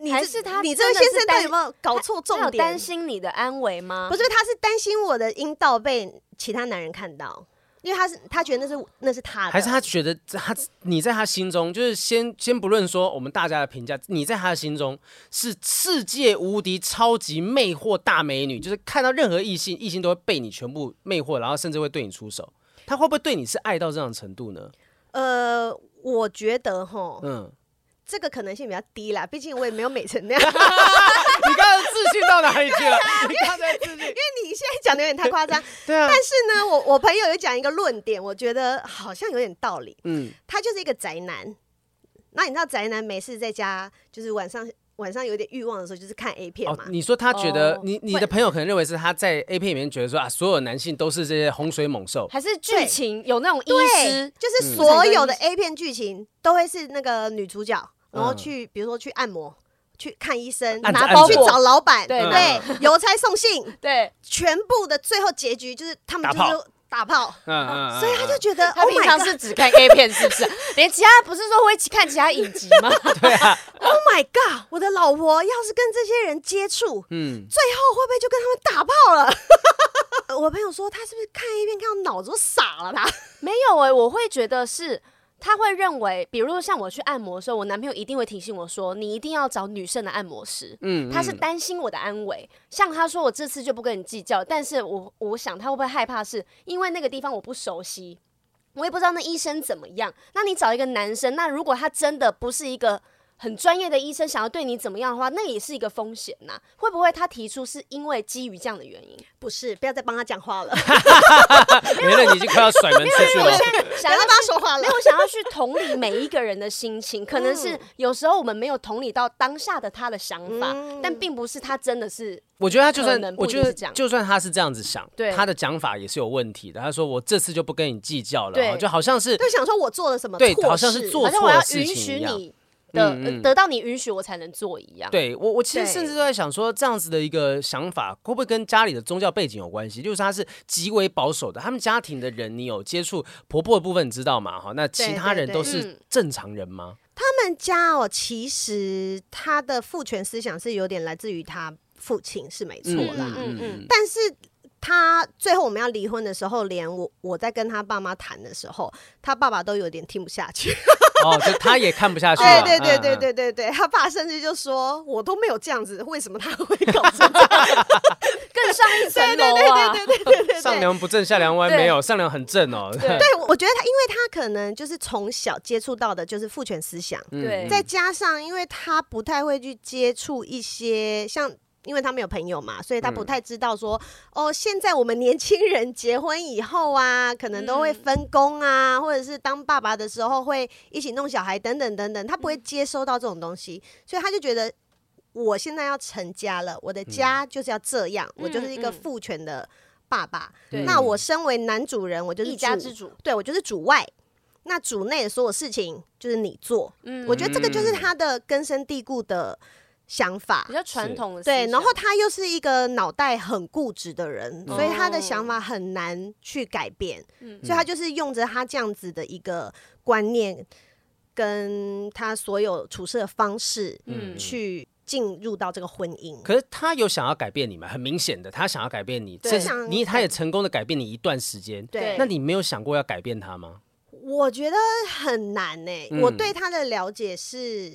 S1: 你这
S3: 还是他
S1: 你这
S3: 真
S1: 位
S3: 的是
S1: 先生到底
S3: 担
S1: 有没有搞错重
S3: 他有
S1: 点？
S3: 担心你的安危吗？
S1: 不是，他是担心我的阴道被其他男人看到，因为他是他觉得那是那是他的，
S2: 还是他觉得他你在他心中，就是先先不论说我们大家的评价，你在他的心中是世界无敌超级魅惑大美女，就是看到任何异性，异性都会被你全部魅惑，然后甚至会对你出手。他会不会对你是爱到这种程度呢？
S1: 呃，我觉得哈，
S2: 嗯，
S1: 这个可能性比较低啦，毕竟我也没有美成那样。 因
S2: 你刚才自信到哪里去了？嗯 你刚才自信，
S1: 为你现在讲的有点太夸 张，
S2: 对啊，
S1: 但是呢，我我朋友有讲一个论点，我觉得好像有点道理。
S2: 嗯，
S1: 他就是一个宅男，那你知道宅男没事在家，就是晚上晚上有点欲望的时候，就是看 A 片
S2: 哦
S1: 嘛，。
S2: 你说他觉得、
S3: 哦
S2: 你你的朋友可能认为是他在 A 片里面觉得说啊，所有男性都是这些洪水猛 兽，
S3: 还是剧情有那种医
S1: 对
S3: 师，
S1: 就是
S2: 嗯
S1: 所有的 A 片剧情都会是那个女主角，然后
S2: 嗯
S1: 去比如说去按摩、去看医生、
S2: 按着
S1: 拿
S2: 按嗯
S1: 包
S2: 着
S1: 去找老板，
S3: 对
S2: 拿
S1: 对，邮差送信，
S3: 对
S1: 全部的最后结局就是他们
S2: 打
S1: 就是打炮，
S2: 嗯嗯，
S1: 所以他就觉得
S3: 他
S1: Oh
S3: 平常
S1: my
S3: 是只看 A 片，是不 是？连其他不是说会一起看其他影集吗？
S1: God，Oh Oh my God，我的老婆要是跟这些人接触，
S2: 嗯，
S1: 最后会不会就跟他们打炮了？ 我朋友说他是不是看 A 片看到脑子都傻了？他
S3: 没有哎、我会觉得是。他会认为，比如说像我去按摩的时候，我男朋友一定会提醒我说：“你一定要找女生的按摩师。”
S2: 嗯
S3: 他是担心我的安危。像他说，我这次就不跟你计较，但是我我想他会不会害怕是，因为那个地方我不熟悉，我也不知道那医生怎么样。那你找一个男生，那如果他真的不是一个很专业的医生，想要对你怎么样的话，那也是一个风险呐、会不会他提出是因为基于这样的原因？
S1: 不是，不要再帮他讲话了。
S2: 嗯没了，你已经快要甩门出去
S3: 我
S2: 了
S3: 现。在
S1: 不
S3: 想要
S1: 要再帮他说话
S3: 没
S1: 了
S3: 有，。我想要去同理每一个人的心情，可能是有时候我们没有同理到当下的他的想法，但并不是他真的是
S2: 我觉得他就
S3: 可
S2: 算
S3: 能，不
S2: 我
S3: 一
S2: 觉
S3: 定
S2: 得
S3: 是这样
S2: 就算他是这样子想
S3: 对，
S2: 他的讲法也是有问题的。他说我这次就不跟你计较了
S3: 对
S2: 哦，就好像是
S1: 就想说我做了什么错
S2: 对
S1: 事，
S2: 好像是做
S3: 好像
S2: 错
S3: 我
S2: 的
S3: 要
S2: 事
S3: 允
S2: 情
S3: 许
S2: 一样
S3: 你的、
S2: 嗯
S3: 呃
S2: 嗯
S3: 得到你允许，我才能做一样。
S2: 对我，我其实
S1: 对
S2: 甚至都在想说，这样子的一个想法会不会跟家里的宗教背景有关系？就是他是极为保守的，他们家庭的人，你有接触婆婆的部分，你知道吗？哈，那其
S1: 对
S2: 他
S1: 对
S2: 人
S1: 对
S2: 都
S3: 嗯
S2: 是正常人吗？
S1: 他们家哦，其实他的父权思想是有点来自于他父亲，是没错啦。
S3: 嗯嗯嗯
S1: 但是他最后我们要离婚的时候，连我我在跟他爸妈谈的时候，他爸爸都有点听不下去。
S2: 哦，就他也看不下去了。
S1: 对对对对
S2: 嗯。嗯
S1: 对对对，他爸甚至就说：“我都没有这样子，为什么他会搞成这样
S3: 更上一层
S1: 对对
S3: 楼
S1: 对
S3: 啊！
S1: 对对对对对，
S2: 上梁不正下梁歪，
S3: 对
S2: 没有上梁很正哦。
S3: 对
S1: 对，我我觉得他，因为他可能就是从小接触到的就是父权思想，
S2: 嗯
S3: 对
S1: 再加上因为他不太会去接触一些像。因为他没有朋友嘛，所以他不
S3: 嗯
S1: 太知道说、哦，现在我们年轻人结婚以后啊，可能都会
S3: 嗯
S1: 分工啊，或者是当爸爸的时候会一起弄小孩等等等等，他不会
S3: 嗯
S1: 接收到这种东西，所以他就觉得我现在要成家了，我的家就是要这样，我就是一
S3: 嗯
S1: 个
S3: 嗯
S1: 父权的爸爸。
S3: 对
S1: 那我身为男主人，我就是
S3: 一家之主，
S1: 对我就是主外，那主内的所有事情就是你做。
S3: 嗯
S1: 我觉得这个就是他的根深蒂固的想法
S3: 比。较传统的思
S1: 对，
S3: 想
S1: 然后他又是一个脑袋很固执的人，
S2: 嗯
S1: 所以他的想法很难去改变。
S3: 哦嗯
S1: 所以他就是用着他这样子的一个观念，跟他所有处事的方式，
S3: 嗯
S1: 去进入到这个婚姻。
S2: 可是他有想要改变你吗？很明显的，他想要改变你，
S3: 对
S2: 甚至
S1: 想
S2: 你他也成功的改变你一段时间。
S1: 对
S2: 那你没有想过要改变他吗？
S1: 我觉得很难呢、
S2: 嗯
S1: 我对他的了解是，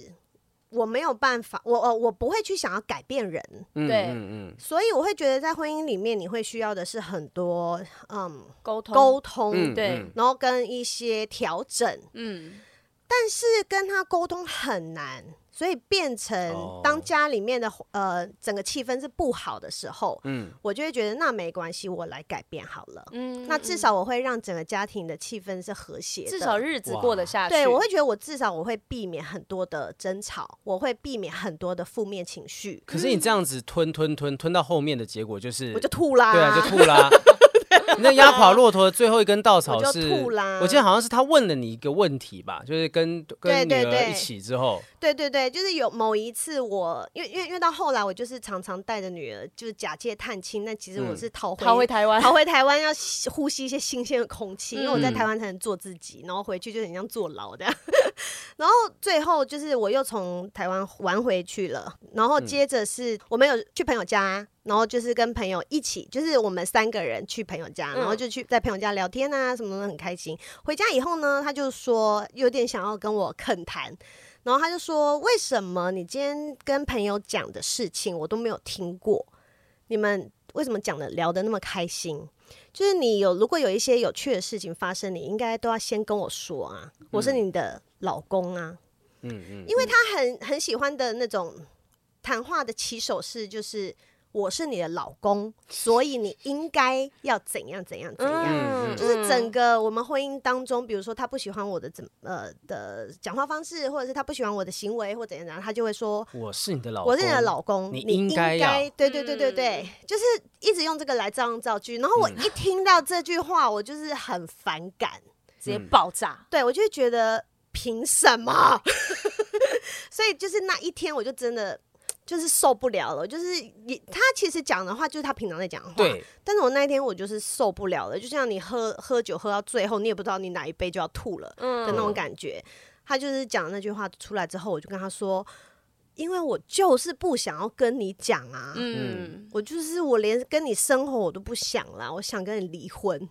S1: 我没有办法，我呃我我不会去想要改变人，
S2: 嗯
S3: 对
S2: 嗯
S1: 所以我会觉得在婚姻里面，你会需要的是很多嗯
S3: 沟通
S1: 沟通，
S2: 嗯，
S3: 对
S2: 嗯
S1: 然后跟一些调整，
S3: 嗯
S1: 但是跟他沟通很难，所以变
S2: 哦
S1: 成当家里面的呃整个气氛是不好的时候，
S2: 嗯，
S1: 我就会觉得那没关系，我来改变好了。
S3: 嗯
S1: 那至少我会让整个家庭的气氛是和谐的，
S3: 至少日子
S2: 哇
S3: 过得下去。
S1: 对，我会觉得我至少我会避免很多的争吵，我会避免很多的负面情绪，
S2: 可是你这样子吞吞吞吞到后面的结果就是，
S1: 我就吐啦。
S2: 对啊，就吐 啦。那压垮骆驼的最后一根稻草，
S1: 我就是吐啦
S2: 我记得好像是他问了你一个问题吧，就是跟
S1: 对
S2: 跟女
S1: 对
S2: 儿
S1: 对
S2: 一起之后，
S1: 对对对，就是有某一次我，因为因为因为到后来我就是常常带着女儿就是假借探亲，但其实我
S2: 嗯
S1: 是逃回、
S3: 逃回台湾，
S1: 逃回台湾要吸呼吸一些新鲜的空气，因为我在
S2: 嗯
S1: 台湾才能做自己，然后回去就很像坐牢的。然后最后就是我又从台湾玩回去了，然后接着是我们有去朋友家，然后就是跟朋友一起，就是我们三个人去朋友家，
S3: 嗯
S1: 然后就去在朋友家聊天啊，什么的很开心。回家以后呢，他就说有点想要跟我恳谈。然后他就说：“为什么你今天跟朋友讲的事情我都没有听过？你们为什么讲的聊得那么开心？就是你有如果有一些有趣的事情发生，你应该都要先跟我说啊，我是你的老公啊，
S2: 嗯嗯，
S1: 因为他很很喜欢的那种谈话的起手式就是。我是你的老公，所以你应该要怎样怎样怎样。
S2: 嗯嗯
S1: 就是整个我们婚姻当中，比如说他不喜欢我的怎么呃的讲话方式，或者是他不喜欢我的行为或怎样，然后他就会说
S2: 我是你的老公，
S1: 我是你的老公，
S2: 你
S1: 你
S2: 应该要
S1: 对对对对对，就是一直用这个来造造句。然后
S2: 嗯
S1: 我一听到这句话，我就是很反感，
S3: 直接
S2: 嗯
S3: 爆炸。
S1: 对我就会觉得凭什么？ 所以就是那一天，我就真的。就是受不了了，就是也他其实讲的话就是他平常在讲的话，
S2: 对，
S1: 但是我那一天我就是受不了了，就像你喝喝酒喝到最后，你也不知道你哪一杯就要吐了
S3: 嗯
S1: 的那种感觉。他就是讲那句话出来之后，我就跟他说，因为我就是不想要跟你讲啊，
S3: 嗯，
S1: 我就是我连跟你生活我都不想啦，我想跟你离 婚。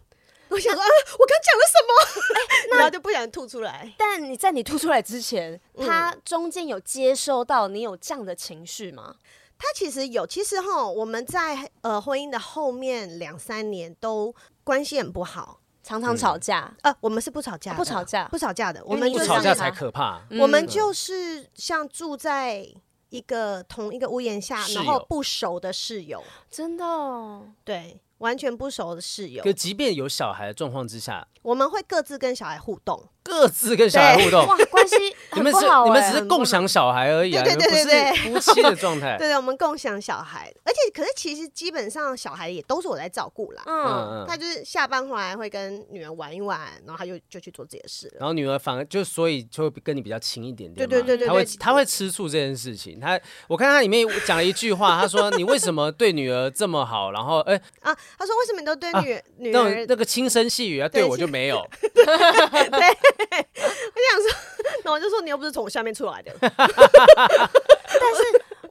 S1: 我想说，啊、我刚讲了
S3: 哎
S1: 什么？然后就不想吐出来。
S3: 但你在你吐出来之前，
S2: 嗯
S3: 他中间有接收到你有这样的情绪吗？
S1: 他其实有，其实哈，我们在呃婚姻的后面两三年都关系很不好。
S3: 常常吵架，
S1: 呃，我们是不吵架的，
S3: 啊不吵架
S1: 不吵架的。
S3: 因为
S1: 我们
S3: 你
S2: 不
S1: 就是
S2: 吵架
S3: 让他
S2: 才可怕。
S1: 我们就是像住在一个同一个屋檐下，
S2: 室友嗯
S1: 然后不熟的室友。
S3: 真的哦
S1: 对，完全不熟的室友
S2: 可，即便有小孩的状况之下，
S1: 我们会各自跟小孩互动。
S2: 各自跟小孩互动，
S3: 哇，关 系
S2: 你
S3: 很
S2: 们
S3: 不
S2: 是
S3: 好
S2: 你们
S3: 哎
S2: 只是共享小孩而已啊，
S1: 对对对对
S2: 你们不是夫妻的状态。
S1: 对对，我们共享小孩，而且可是其实基本上小孩也都是我在照顾啦。
S3: 嗯，
S2: 嗯嗯
S1: 他。就是下班回来会跟女儿玩一玩，然后他就就去做自己的事了。
S2: 然后女儿反而就所以就会跟你比较亲一点点嘛，
S1: 对对对对
S2: 她会
S1: 对
S2: 她会吃醋这件事情。她我看她里面讲了一句话，她说你为什么对女儿这么好？然后哎，
S1: 啊，他说为什么你都对女、女
S2: 啊那
S1: 儿
S2: 种那个轻声细语啊，对
S1: 对
S2: 我就
S1: 轻
S2: 没有。
S1: 然后我就说你又不是从我下面出来的，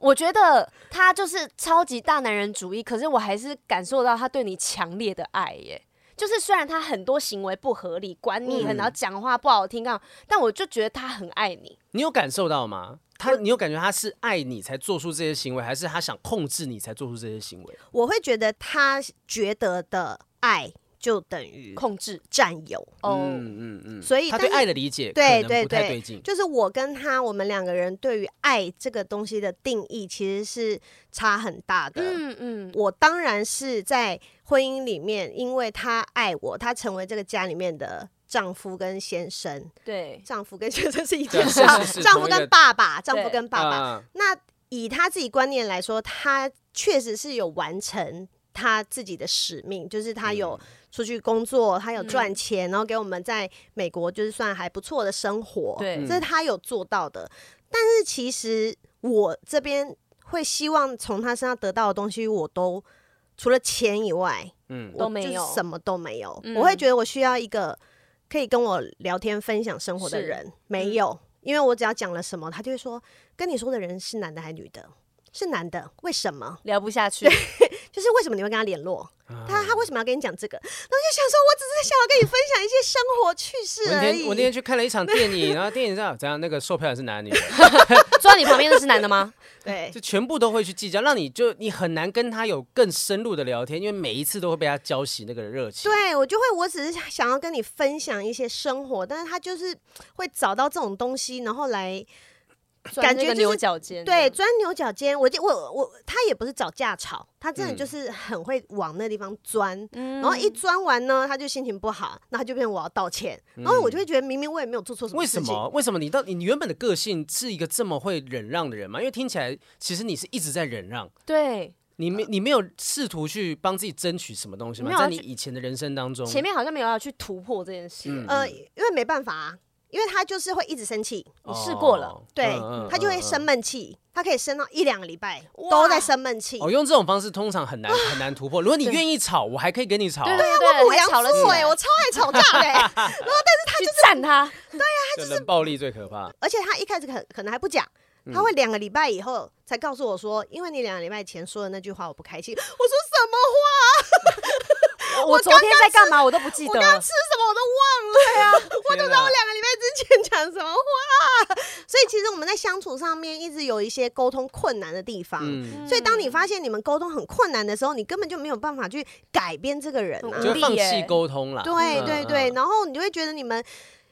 S3: 我觉得他就是超级大男人主义，可是我还是感受到他对你强烈的爱耶。就是虽然他很多行为不合理，管你很，
S2: 嗯
S3: 然后讲话不好听，干嘛但我就觉得他很爱你。
S2: 你有感受到吗？她你有感觉她是爱你才做出这些行为，还是她想控制你才做出这些行为？
S1: 我会觉得他觉得的爱就等于
S3: 控制
S1: 占有，
S3: 哦，
S2: 嗯嗯嗯嗯。
S1: 所以
S2: 她
S1: 但
S2: 对
S1: 是
S2: 爱的理解可
S1: 对
S2: 能
S1: 对
S2: 不太
S1: 对
S2: 对劲。
S1: 就是我跟他，我们两个人对于爱这个东西的定义其实是差很大的。
S3: 嗯嗯，
S1: 我当然是在婚姻里面，因为他爱我，他成为这个家里面的丈夫跟先生，
S3: 对，
S1: 丈夫跟先生是一件事，
S2: 对
S1: 啊
S2: 是是是
S1: 丈
S2: 同
S1: 夫
S2: 一个
S1: 跟爸爸，丈夫
S3: 对
S1: 跟爸爸。
S2: 啊
S1: 那以他自己观念来说，他确实是有完成他自己的使命，就是他
S2: 嗯
S1: 有出去工作，他有赚钱，然后给我们在美国就是算还不错的生活，
S3: 对
S2: 嗯
S1: 这是他有做到的。但是其实我这边会希望从他身上得到的东西，我都除了钱以外，
S2: 嗯
S1: 我
S3: 都没有
S1: 就是什么都没有。
S3: 嗯
S1: 我会觉得我需要一个可以跟我聊天、分享生活的
S3: 是嗯
S1: 人，没有，因为我只要讲了什么，他就会说跟你说的人是男的还是女的？是男的，为什么？
S3: 聊不下去，
S1: 就是为什么你会跟他联络？
S2: 啊
S1: 他他为什么要跟你讲这个？然后就想说，我只是想要跟你分享一些生活趣
S2: 我
S1: 事
S2: 那
S1: 而
S2: 天我那天
S1: 已。
S2: 去看了一场电影，然后电影上怎样那个售票也是男的女的，
S3: 坐在你旁边的是男的吗？
S1: 对
S2: 就全部都会去计较，让你就你很难跟他有更深入的聊天，因为每一次都会被他浇熄那个热情。
S1: 对，我就会，我只是想要跟你分享一些生活，但是他就是会找到这种东西，然后来
S3: 钻
S1: 感
S3: 那
S1: 觉就
S3: 个
S1: 是
S3: 牛角尖，
S1: 对，钻牛角尖。我就我我他也不是找架吵，他真的
S2: 嗯
S1: 就是很会往那地方钻。然
S3: 嗯，
S1: 后一钻完呢，他就心情不好，那他就变成我要道歉。然后我就会觉得明明我也没有做错什么
S2: 嗯为
S1: 事
S2: 什
S1: 情，
S2: 么？为什么你到你原本的个性是一个这么会忍让的人吗？因为听起来其实你是一直在忍让，
S3: 对，
S2: 你没你没有试图去帮自己争取什么东西吗
S3: 呃没？有
S2: 在
S3: 啊
S2: 你以前的人生当中，
S3: 前面好像没有要去突破这件事，
S2: 嗯
S1: 呃，因为没办法、啊，因为他就是会一直生气，
S2: 哦
S3: 你试过了，
S1: 对、
S2: 嗯嗯
S1: 他就会
S2: 嗯
S1: 生闷气，他可以生到一两个礼拜
S3: 哇
S1: 都在生闷气。
S2: 哦，用这种方式通常很难很难突破。如果你
S3: 啊对
S2: 愿意吵，我还可以跟你吵。
S3: 对啊对对，
S1: 不
S3: 还
S1: 良
S3: 吵了起
S1: 妇哎、
S3: 来，
S1: 我超爱吵架的、欸，
S3: 去赞他，
S2: 就冷暴力最可怕。
S1: 而且他一开始可可能还不讲，
S3: 嗯
S1: 他会两个礼拜以后才告诉我说，因为你两个礼拜前说的那句话我不开心。我说什么话？
S3: 我昨天在干嘛我都不记
S1: 我
S3: 得
S1: 刚，刚吃什么我都忘了。对啊，我
S2: 天
S1: 都知
S2: 哪
S1: 道我两个礼拜之前讲什么话。所以其实我们在相处上面一直有一些沟通困难的地方。
S2: 嗯，
S1: 所以，当你发现你们沟通很困难的时候，你根本就没有办法去改变这个人啊！
S3: 嗯
S2: 就
S3: 无力
S2: 放弃
S3: 耶
S2: 沟通啦。
S1: 对
S2: 嗯
S1: 对
S2: 嗯
S1: 对，
S2: 嗯
S1: 然后你就会觉得你们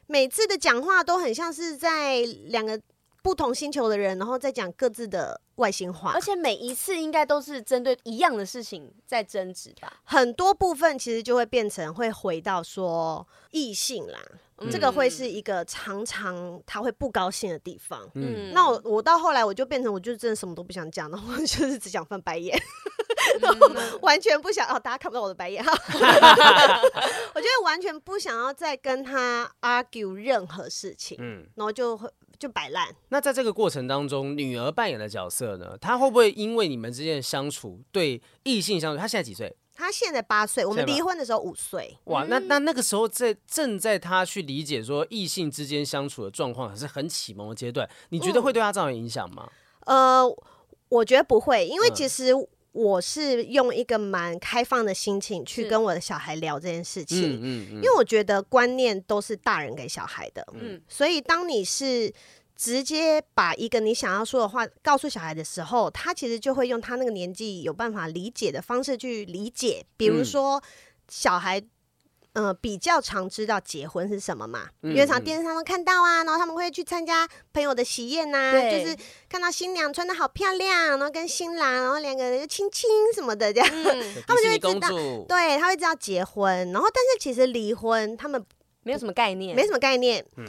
S1: 每次的讲话都很像是在两个不同星球的人，然后再讲各自的外星话
S3: 而。且每一次应该都是针对一样的事情在争执吧？
S1: 很多部分其实就会变成会回到说异性啦，
S3: 嗯
S2: 嗯
S1: 这个会是一个常常他会不高兴的地方。
S2: 嗯
S1: 那我我到后来我就变成我就真的什么都不想讲，然后就是只想翻白眼，
S2: 嗯
S1: 完全不想哦，大家看不到我的白眼 哈。我觉得完全不想要再跟他 argue 任何事情，
S2: 嗯，
S1: 然后就会就摆烂。
S2: 那在这个过程当中，女儿扮演的角色呢，她会不会因为你们之间的相处，对异性相处，她现在几岁？
S1: 他现在八岁，我们
S2: 现在吧
S1: 离婚的时候五岁，
S2: 哇，那那那个时候在正在她去理解说异性之间相处的状况，还是很启蒙的阶段，你觉得
S1: 嗯
S2: 会对她造成影响吗？
S1: 呃，我觉得不会，因为
S2: 嗯
S1: 其实我是用一个蛮开放的心情去
S3: 是
S1: 跟我的小孩聊这件事情，
S2: 嗯嗯
S1: 因为我觉得观念都是大人给小孩的，
S3: 嗯
S1: 所以当你是。直接把一个你想要说的话告诉小孩的时候，他其实就会用他那个年纪有办法理解的方式去理解。比如
S2: 嗯
S1: 说，小孩呃比较常知道结婚是什么嘛，因为常电视上都看到啊，然后他们会去参加朋友的喜宴呐、啊，
S3: 对
S1: 就是看到新娘穿的好漂亮，然后跟新郎，然后两个人就亲亲什么的这样，
S3: 嗯，
S2: 他
S1: 们就会
S2: 公
S1: 知道
S2: 主，
S1: 对他会知道结婚，然后但是其实离婚他们
S3: 没有什么概念，
S1: 没什么概念。
S2: 嗯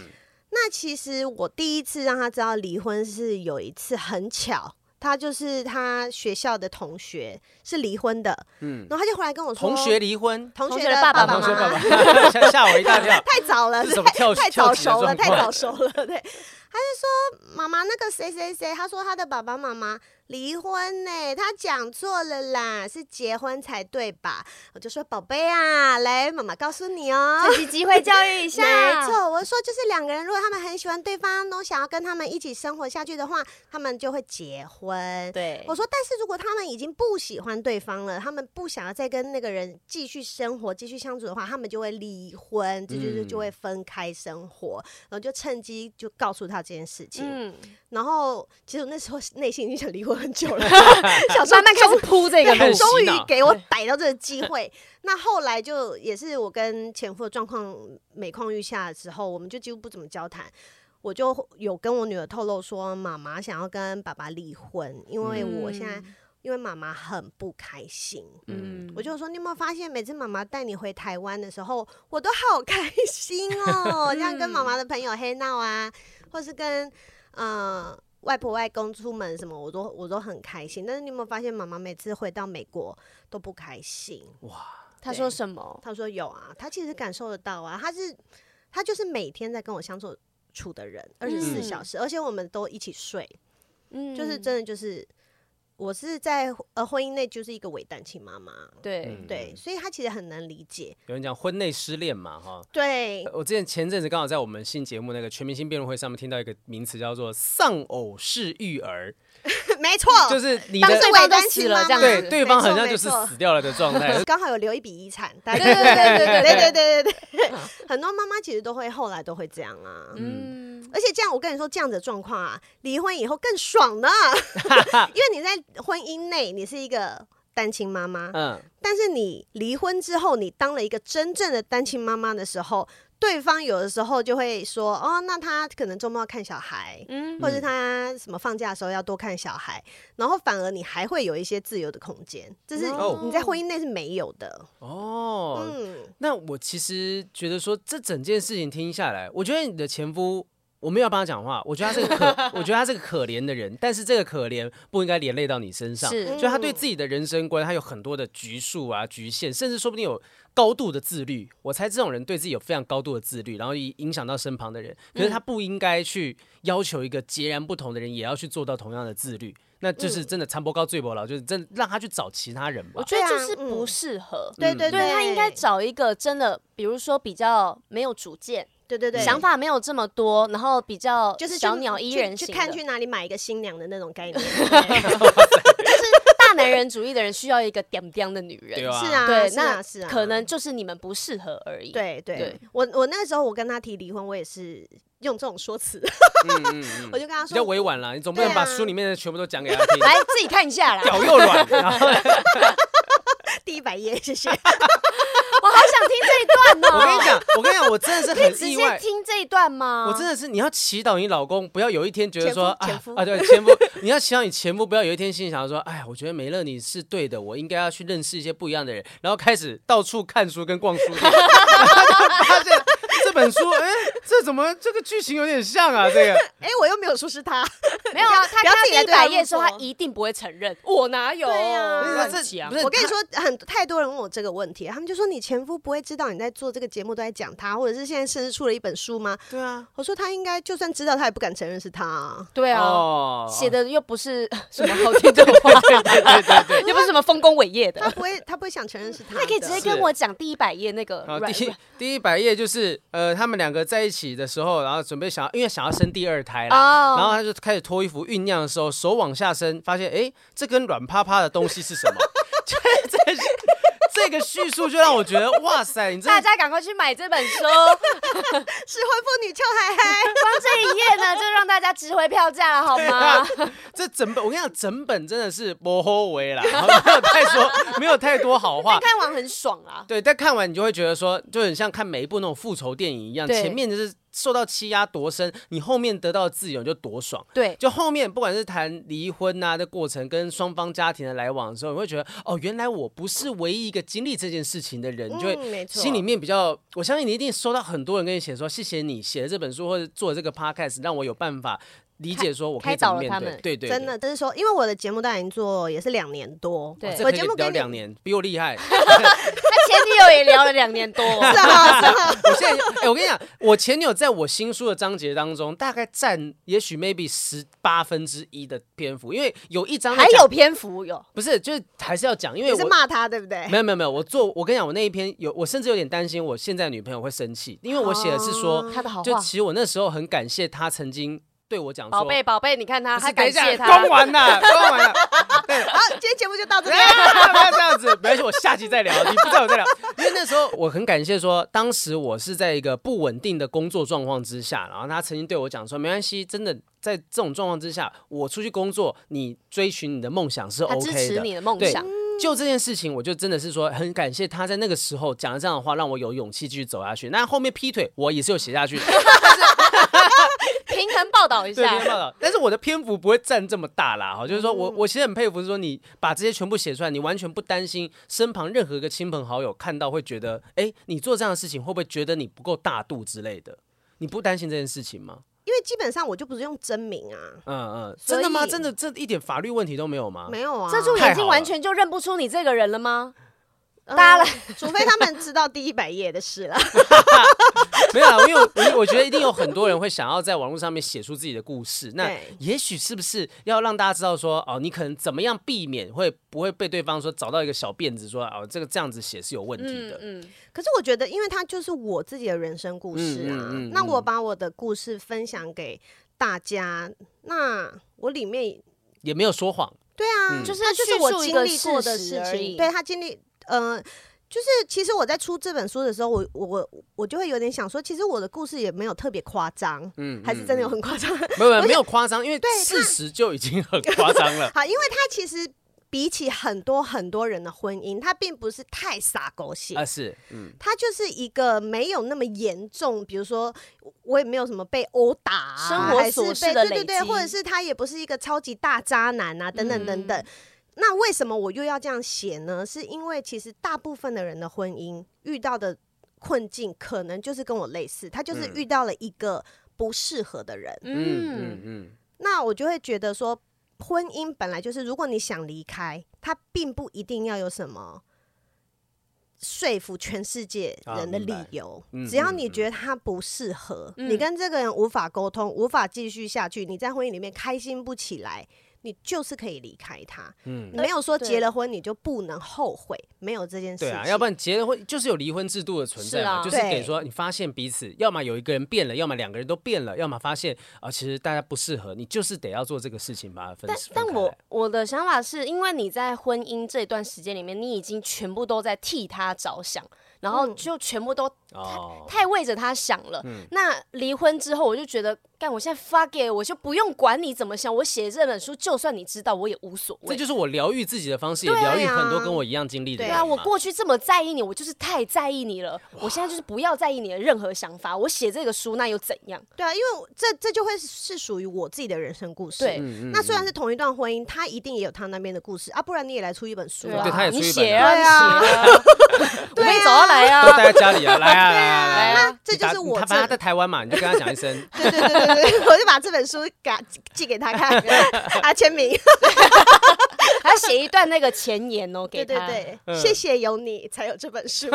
S1: 那其实我第一次让他知道离婚是有一次很巧，他就是他学校的同学是离婚的，
S2: 嗯，
S1: 然后他就回来跟我说，
S2: 同学离婚，啊
S1: 同
S3: 同
S1: 学
S3: 学的
S1: 的
S3: 爸
S1: 爸
S3: 爸
S1: 妈
S2: 同
S3: 妈
S2: 学
S1: 妈，
S2: 爸爸吓 吓我一大跳
S1: 太早了，
S2: 这怎么 跳
S1: 太早
S2: 跳级的
S1: 熟了，
S2: 状
S1: 太
S2: 况
S1: 早熟了。 对，他就说妈妈那个谁谁谁，他说他的爸爸妈妈离婚呢、他讲错了啦，是结婚才对吧？我就说宝贝啊，来，妈妈告诉你哦、
S3: 趁机机会教育 一下，
S1: 没，错，我说就是两个人，如果他们很喜欢对方，都想要跟他们一起生活下去的话，他们就会结婚。
S3: 对，
S1: 我说，但是如果他们已经不喜欢对方了，他们不想要再跟那个人继续生活、继续相处的话，他们就会离婚，这就是
S2: 嗯
S1: 就会分开生活，然后就趁机就告诉他这件事情。
S3: 嗯，
S1: 然后其实我那时候内心已经想离婚很久 了， 想说
S3: 慢慢开始铺这个
S2: 开
S3: 路
S2: 始，
S1: 终
S2: 洗
S1: 于
S2: 脑
S1: 给我逮到这个机会。那后来就也是我跟前夫的状况每况愈下的时候，我们就几乎不怎么交谈。我就有跟我女儿透露说，妈妈想要跟爸爸离婚，因为我现
S3: 嗯
S1: 在、因为妈妈很不开心。
S2: 嗯
S1: 我就说，你有没有发现，每次妈妈带你回台湾的时候，我都好开心哦，这样跟妈妈的朋友黑闹啊，或是跟呃外婆外公出门什么，我都我都很开心。但是你有没有发现，妈妈每次回到美国都不开心？
S3: 他说什么？
S1: 她说有啊，她其实感受得到啊，她是她就是每天在跟我相处处的人，二十四
S3: 嗯
S1: 小时，而且我们都一起睡，
S3: 嗯
S1: 就是真的就是。我是在呃婚姻内就是一个伪单亲妈妈，
S3: 对，
S2: 嗯
S1: 对，所以她其实很能理解，
S2: 有人讲婚内失恋嘛，哈。
S1: 对
S2: 呃，我之前前阵子刚好在我们新节目那个全明星辩论会上面听到一个名词叫做“丧偶式育儿”，
S1: 没错，
S2: 就是你
S1: 哦当
S2: 的
S1: 时
S3: 对
S1: 我也
S3: 方都
S1: 担
S3: 死
S1: 心
S3: 了
S1: 妈
S3: 这
S1: 妈
S3: 样子
S2: 对
S3: 没
S2: 对方
S1: 错
S2: 好像
S1: 没
S2: 就是
S1: 错，
S2: 死掉了的状态
S1: 刚好有留一笔遗 产，大
S3: 对
S1: 家
S3: 对对
S1: 对
S3: 对对
S1: 对对对对对，很多妈妈其实都会后来都会这样啊。
S3: 嗯，
S1: 而且这样，我跟你说，这样的状况啊，离婚以后更爽 呢，因为你在婚姻内你是一个单亲妈妈，
S2: 嗯，
S1: 但是你离婚之后，你当了一个真正的单亲妈妈的时候，对方有的时候就会说，哦，那他可能周末要看小孩，
S3: 嗯
S1: 或者是他什么放假的时候要多看小孩，然后反而你还会有一些自由的空间，这是
S2: 哦
S1: 你在婚姻内是没有的。
S2: 哦，
S1: 嗯，
S2: 那我其实觉得说，这整件事情听下来，我觉得你的前夫，我没有要帮他讲话，我觉得他是个可， 我觉得他是个可怜的人，但是这个可怜不应该连累到你身上。
S3: 是
S2: 就他对自己的人生观，他有很多的局束啊、局限，甚至说不定有高度的自律。我猜这种人对自己有非常高度的自律，然后也影响到身旁的人。可是他不应该去要求一个截然不同的人也要去做到同样的自律，那就是真的残波高罪波老，就是真的让他去找其他人吧
S3: 我。觉得
S1: 对
S3: 就
S1: 啊
S3: 是不
S1: 嗯
S3: 适合，
S1: 对对
S3: 对他应该找一个真的，比如说比较没有主见，
S1: 对
S2: 嗯
S1: 对对
S3: 想法没有这么多，然后比较
S1: 就是
S3: 小
S1: 去
S3: 鸟依
S1: 去
S3: 人型
S1: 去
S3: 的，
S1: 看去哪里买一个新娘的那种 概念。
S3: 就是大 男人主义的人需要一个嗲嗲的女人，
S2: 对啊
S1: 是啊，
S3: 对，
S1: 是
S3: 那
S1: 啊，是啊，
S3: 可能就是你们不适合而已。，
S1: 对对
S3: 对
S1: 我我那个时候我跟他提离婚，我也是用这种说辞，
S2: 嗯嗯嗯
S1: 我就跟他
S2: 比
S1: 说
S2: 较委婉啦，你总不能
S1: 对啊
S2: 把书里面的全部都讲给他 听，
S3: 来自己看一下啦，
S2: 屌又软，啊然后
S1: 第一百页，谢谢。
S3: 我好想听这一段哦。
S2: 我跟你，讲，我跟你讲，我真的是
S3: 可以
S2: 很
S3: 直
S2: 意
S3: 接
S2: 外。
S3: 听这一段吗？
S2: 我真的是，你要祈祷你老公不要有一天觉得说
S1: 前
S2: 啊
S1: 夫
S2: 啊，对前夫，你要祈祷你前夫不要有一天心里想说，哎，我觉得梅乐你是对的，我应该要去认识一些不一样的人，然后开始到处看书跟逛书店，然 后就发现这本书，哎，这怎么这个剧情有点像啊？这个
S1: 哎，我又没有说是他，
S3: 没有啊，他
S1: 不要
S3: 看到
S1: 自己来
S3: 第一
S1: 对号
S3: 百
S1: 入
S3: 页的时候，
S1: 座
S3: 他一定不会承认，我哪有？
S1: 对啊
S3: 乱
S2: 这
S3: 讲
S2: 不是
S1: 我跟你说，很太多人问我这个问题，他们就说你前夫不会知道你在做这个节目都在讲他，或者是现在甚至出了一本书吗？
S2: 对啊，
S1: 我说他应该就算知道，他也不敢承认是他、啊。
S3: 对啊，
S2: 哦
S3: 写的又不是 什么好听的话，
S2: 对对 对对对，
S3: 又不是什么丰功伟业的
S1: 他。不会，他不会想承认是他的。
S3: 他可以直接
S2: 是
S3: 跟我讲第一百页那个
S2: 然后
S3: 软
S2: 啊第一第一百页就是呃，他们两个在一起的时候，然后准备想要，因为想要生第二胎啦，然后
S3: 哦，
S2: 他就开始脱衣服酝酿的时候， 手往下伸，发现哎，诶这根软趴趴的东西是什么？这这这个叙述就让我觉得，哇塞，你这
S3: 大家赶快去买这本 书，光
S1: 失婚妇女邱海海，
S3: 这一页呢就让大家值回票价了，好吗？
S2: 这整本，我跟你讲，整本真的是不后为啦，没有太说，没有太多好 话。
S3: 看完很爽啊，
S2: 对，但看完你就会觉得说，就很像看每一部那种复仇电影一样，
S3: 对
S2: 前面就是受到欺压多深，你后面得到的自由你就多爽。
S3: 对，
S2: 就后面不管是谈离婚呐、的过程，跟双方家庭的来往的时候，你会觉得哦，原来我不是唯一一个经历这件事情的人，你就
S1: 嗯
S2: 会
S1: 没错
S2: 心里面比较。我相信你一定收到很多人跟你写说，谢谢你写了这本书或者做了这个 podcast，让我有办法理解说我可以
S3: 开
S2: 怎
S3: 导
S2: 么
S3: 了
S2: 面
S3: 他
S2: 对。
S3: 们
S2: 对对对，
S1: 真的，就是说，因为我的节目大概已经做也是两年多，
S3: 对
S2: 哦这
S1: 我
S2: 可以
S1: 节目
S2: 聊
S1: 跟你
S2: 两年，比我厉害。
S3: 他前女友也聊了两年 多，
S1: 是啊是啊，
S2: 我现在，哎、我跟你讲，我前女友在我新书的章节当中，大概占 也许 maybe 十八分之一的篇幅，因为有一章在
S3: 还
S2: 讲
S3: 有篇幅有，
S2: 不是，就是还是要 讲，因为
S1: 你是
S2: 我。
S1: 骂他对不
S3: 哎
S1: 对？
S2: 没有没有没有，我做我跟你讲，我那一篇有，我甚至有点担心我现在的女朋友会生气，因为我写的是说，
S3: 他哦的好
S2: 就
S3: 话，
S2: 其实我那时候很感谢她曾经对我讲说，
S3: 宝贝宝贝，你看他，
S2: 不是
S3: 他感
S2: 等
S3: 谢
S2: 一下
S3: 他
S2: 公，完了，公完了，对，
S1: 好，今天节目就到 这边。
S2: 啊不要这样子， 没关系，我下集再聊。你不知道我在聊，因为那时候我很感谢说，当时我是在一个不稳定的工作状况之下，然后他曾经对我讲说，没关系，真的在这种状况之下，我出去工作，你追寻你的梦想是
S3: 他支
S2: OK
S3: 持
S2: 的。
S3: 你的梦
S2: 对
S3: 想，
S2: 就这件事情，我就真的是说很感谢他在那个时候讲了这样的话，让我有勇气继续走下去。那后面劈腿我也是有写 下去，
S3: 平衡报道一
S2: 对，
S3: 下
S2: 别，报道。但是我的篇幅不会占这么大啦，哈，就是说
S1: 嗯
S2: 我我其实很佩服，是说你把这些全部写出来，你完全不担心身旁任何一个亲朋好友看到会觉得，哎，你做这样的事情会不会觉得你不够大度之类的？你不担心这件事情吗？
S1: 因为基本上我就不是用真名啊，
S2: 嗯嗯，
S1: 所
S2: 真
S1: 以
S2: 的吗？真的这一点法律问题都没有吗？
S1: 没有啊，
S3: 遮住
S2: 太
S3: 眼睛
S2: 好
S3: 完
S2: 了
S3: 全就认不出你这个人了吗？
S1: 呃
S3: 大家来，
S1: 除非他们知道第一百页的事了。
S2: 没有啦，因为我我我觉得一定有很多人会想要在网络上面写出自己的故事。那
S1: 对
S2: 也许是不是要让大家知道说，哦，你可能怎么样避免会不会被对方说找到一个小辫子说，哦，这个这样子写是有问题
S3: 嗯
S2: 的。
S3: 嗯，
S1: 可是我觉得，因为它就是我自己的人生故事啊，
S2: 嗯嗯嗯嗯
S1: 那我把我的故事分享给大家，那我里面
S2: 也没有说谎。
S1: 对啊，
S2: 嗯
S3: 就是
S1: 那就是
S3: 叙
S1: 我
S3: 述一
S1: 经
S3: 个
S1: 历过的
S3: 事
S1: 事
S3: 实而
S1: 情，
S3: 已
S1: 对他经历，呃，就是其实我在出这本书的时候，我我我我就会有点想说，其实我的故事也没有特别夸张，
S2: 嗯
S1: 还是真的有很夸张。
S2: 没有没有没有夸张，因为
S1: 对。
S2: 事实就已经很夸张了
S1: 好，因为他其实比起很多很多人的婚姻，他并不是太洒狗血，
S2: 啊，是，嗯，
S1: 他就是一个没有那么严重，比如说我也没有什么被殴打、啊，
S3: 生活
S1: 还是
S3: 琐
S1: 被
S3: 事的
S1: 对对
S3: 累
S1: 对，
S3: 积嗯
S1: 或者是他也不是一个超级大渣男啊，等等等等。那为什么我又要这样写呢？是因为其实大部分的人的婚姻遇到的困境，可能就是跟我类似，他就是
S2: 嗯
S1: 遇到了一个不适合的人。
S2: 嗯嗯
S3: 嗯，
S2: 嗯，
S1: 那我就会觉得说，婚姻本来就是，如果你想离开，它并不一定要有什么说服全世界人的理由，
S2: 啊明白嗯
S1: 只要你觉得它不适合，
S3: 嗯
S1: 你跟这个人无法沟通，无法继续下去，你在婚姻里面开心不起来。你就是可以离开他，
S2: 嗯
S1: 没有说
S3: 对
S1: 结了婚你就不能后悔，没有这件事
S2: 对
S1: 情。
S2: 啊，要不然结了婚就是有离婚制度的存在嘛，
S3: 是啊
S2: 就是给
S1: 对
S2: 说你发现彼此，要么有一个人变了，要么两个人都变了，要么发现啊、其实大家不适合，你就是得要做这个事情把它分。
S3: 但
S2: 分
S3: 但
S2: 开
S3: 我
S2: 来
S3: 我的想法是，因为你在婚姻这段时间里面，你已经全部都在替他着想，
S1: 嗯
S3: 然后就全部都
S2: 哦，嗯
S3: 太为着他想了。那离婚之后，我就觉得，干，我现在发给我就不用管你怎么想，我写这本书，就算你知道，我也无所
S2: 这
S3: 谓。
S2: 就是我疗愈自己的方式，也
S1: 对啊
S2: 疗愈很多跟我一样经历的
S1: 对
S2: 人
S3: 对
S2: 嘛。
S3: 啊，我过去这么在意你，我就是太在意你了。我现在就是不要在意你的任何想法。我写这个书，那又怎样？
S1: 对啊，因为我这这就会是是属于我自己的人生故事。
S2: 嗯
S3: 对，
S1: 那虽然是同一段婚姻，他一定也有他那边的故事啊，不然你也来出一本书
S3: 啊
S2: 对他也出
S3: 你
S2: 一本
S3: 写
S2: 啊
S3: 啊，你写啊， 我可以找他来
S2: 都
S3: 啊。
S2: 待在家里 啊，来啊来啊来啊
S3: 对
S2: 来啊！
S3: 啊
S1: 那这
S2: 你打
S1: 就是我
S2: 他
S1: 这
S2: 反正他在台湾嘛，你就跟他讲一声，
S1: 对对对对对，我就把这本书给他寄给他看，啊签名，
S3: 还要写一段那个前言哦，给
S1: 对
S3: 他。
S1: 对对，
S2: 嗯
S1: 谢谢有你才有这本书，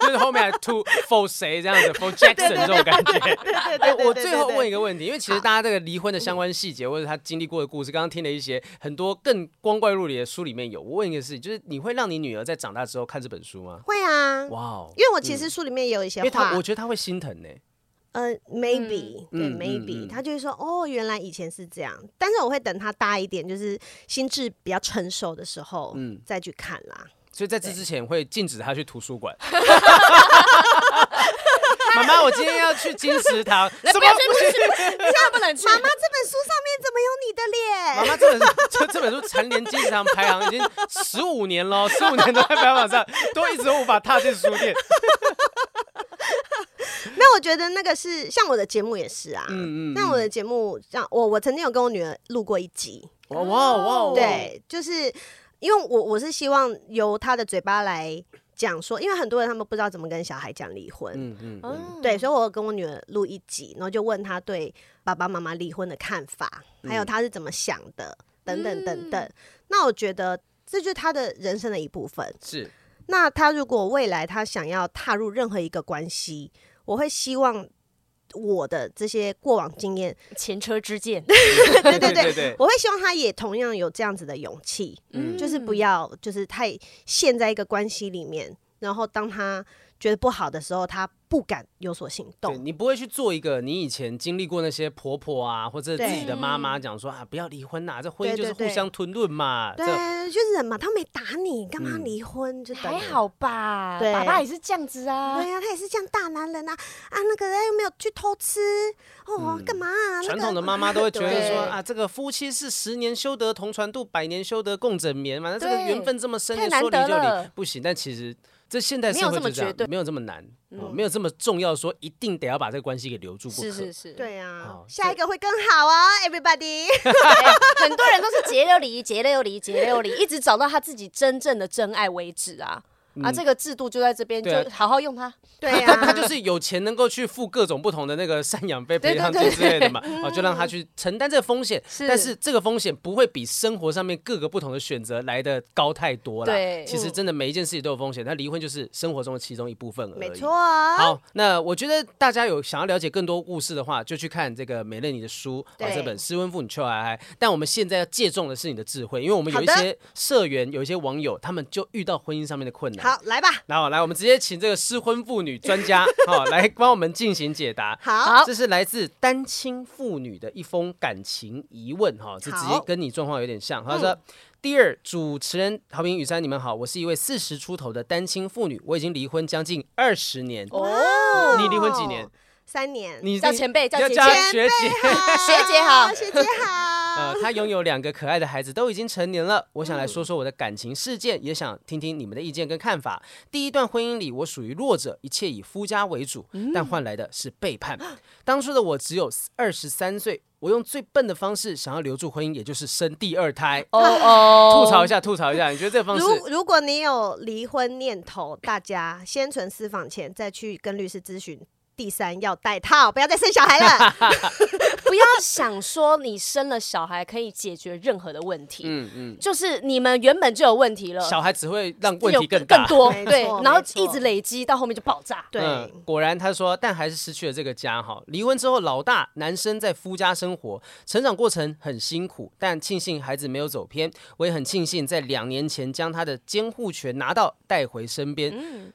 S2: 就是后面还 to for 谁这样子，for Jackson 这种感觉。
S1: 对
S2: 哎
S1: 对对，
S2: 我最后问一
S1: 个，
S2: 个问题，因为其实大家这个离婚的相关细节，或者他经历过的故事，刚刚听了一些很多更光怪陆离的书里面有。我问一个事情，就是你会让你女儿在长大之后看这本书吗？
S1: 会啊，
S2: 哇哦，
S1: 因为我其实书里面也有一些
S2: 因为
S1: 话
S2: 她，我觉得她会心疼呢。
S1: 呃，maybe，对
S2: 嗯嗯嗯
S1: ，maybe，
S2: 嗯
S1: 他就会说，哦，原来以前是这样，但是我会等他大一点，就是心智比较成熟的时候
S2: 嗯，
S1: 再去看啦，
S2: 所以在这之前会禁止他去图书馆。 妈妈，我今天要去金 石堂，什么
S3: 不要去，
S2: 不
S3: 不
S2: 行？
S3: 去，你现在不能去。
S1: 妈，这本书上面怎么有你的
S2: 妈
S1: 脸？
S2: 妈，这本书这这本书蝉联金石堂排行已经十五年喽，十五年都在排行 榜上，都一直无法踏进书店。
S1: 没有，我觉得那个是像我的节目也是啊。
S2: 嗯嗯嗯
S1: 那我的节目，像我我曾经有跟我女儿录过一集，
S2: 哇哇哇！
S1: 哦对，就是因为我我是希望由她的嘴巴来讲说，因为很多人他们不知道怎么跟小孩讲离婚，
S2: 嗯嗯嗯，
S3: 嗯
S1: 对，，所以我有跟我女儿录一集，然后就问她对爸爸妈妈离婚的看法，
S2: 嗯
S1: 还有她是怎么想的，等等等等。那我觉得这就是她的人生的一部分。
S2: 是
S1: 那她如果未来她想要踏入任何一个关系，我会希望我的这些过往经 验，
S3: 前车之鉴，
S1: 对对
S2: 对
S1: 对，
S2: 对，
S1: 我会希望她也同样有这样子的勇气，
S2: 嗯
S1: 就是不要就是太陷在一个关系里面，然后当她觉得不好的时候，她不敢有所行动
S2: 对。你不会去做一个你以前经历过那些婆婆啊，或者自己
S1: 对
S2: 的妈妈讲说啊，不要离婚呐，这婚姻
S1: 对
S2: 就是
S1: 对
S2: 互
S1: 对
S2: 相吞论嘛。这
S1: 对，就是人嘛，他没打你，干嘛
S2: 嗯
S1: 离婚？就等
S3: 还
S1: 了。
S3: 好吧？
S1: 对
S3: 爸爸也是这样子啊
S1: 对。呀、他也是这样大男人啊啊，那个人又没有去偷吃哦，干、嘛、啊？
S2: 嗯传
S1: 那个
S2: 统的妈妈都会觉得
S3: 对
S2: 说啊，这个夫妻是十年修得同船渡，百年修得共枕眠嘛，那这个
S3: 对
S2: 缘分这么深，
S3: 太
S2: 你说
S3: 难
S2: 离
S3: 得
S2: 就离
S3: 了，
S2: 不行。但其实这现代
S3: 没
S2: 社
S3: 有
S2: 会
S3: 这么
S2: 就这样
S3: 绝对，嗯
S2: 没有这么难，哦没有这么重要，说一定得要把这个关系给留住不可
S3: 是。是是，
S1: 对啊
S2: 好，
S1: 下一个会更好啊，everybody。
S3: 对，很多人都是结了离，结了又离，结了又离，一直找到他自己真正的真爱为止啊！啊，这个制度就在这边，
S2: 嗯对啊
S3: 就好好用它。
S1: 对啊
S2: 他
S1: 呀、
S2: 他就是有钱能够去付各种不同的那个赡养费、
S3: 对
S2: 培
S3: 对
S2: 养金
S3: 对嗯
S2: 之类的嘛，哦，就让他去承担这个风险。
S3: 是
S2: 但是这个风险不会比生活上面各个不同的选择来的高太多啦。
S3: 对嗯
S2: 其实真的每一件事情都有风险，那离婚就是生活中的其中一部分而已。
S1: 没错。啊。
S2: 好，那我觉得大家有想要了解更多故事的话，就去看这个美乐你的书，啊，
S1: 对
S2: 这本《失婚妇女秋爱爱》。但我们现在要借重的是你的智慧，因为我们有一
S1: 好的
S2: 些社员、有一些网友，他们就遇到婚姻上面的困难。
S1: 好，来吧。
S2: 然后来，我们直接请这个失婚妇女专 家好、来帮我们进行解答。
S1: 好，
S2: 这是来自单亲妇女的一封感情疑问哈，这直接
S1: 好嗯
S2: 跟你状况有点像。他说：“第二，主持人陶平雨山，你们好，我是一位四十出头的单亲妇女，我已经离婚将近二十年。
S3: 哦
S2: 你离婚几年？
S1: 三年。
S2: 你
S3: 叫前辈
S2: 你
S3: 叫
S2: 要
S3: 姐
S2: 叫
S3: 姐
S2: 她
S1: 学
S2: 学姐。”
S3: 学姐好
S1: 学姐好
S2: 呃，。她拥有两个可爱的孩子，都已经成年了。我想
S3: 嗯
S2: 来说说我的感情事件，也想听听你们的意见跟看法。第一段婚姻里，我属于弱者，一切以夫家为主，
S3: 嗯
S2: 但换来的是背叛。 当初的我只有二十三岁，我用最笨的方式想要留住婚姻，也就是生第二胎。
S3: 哦哦，
S2: 吐槽一下，吐槽一下，你觉得这个方式？
S1: 如如果你有离婚念头，大家先存私房钱，再去跟律师咨询。第三要带套，不要再生小孩了。
S3: 不要想说你生了小孩可以解决任何的问题，
S2: 嗯嗯，
S3: 就是你们原本就有问题了，
S2: 小孩只会让问
S3: 有
S2: 题更大。
S3: 多，
S1: 没错
S3: 对，然后
S1: 没错
S3: 一直累积到后面就爆炸。
S1: 对，
S2: 嗯，果然他说，但还是失去了这个家哈。离婚之后，老大男生在夫家生活，成长过程很辛苦，但庆幸孩子没有走偏。我也很庆幸在两年前将他的监护权拿到带回身边。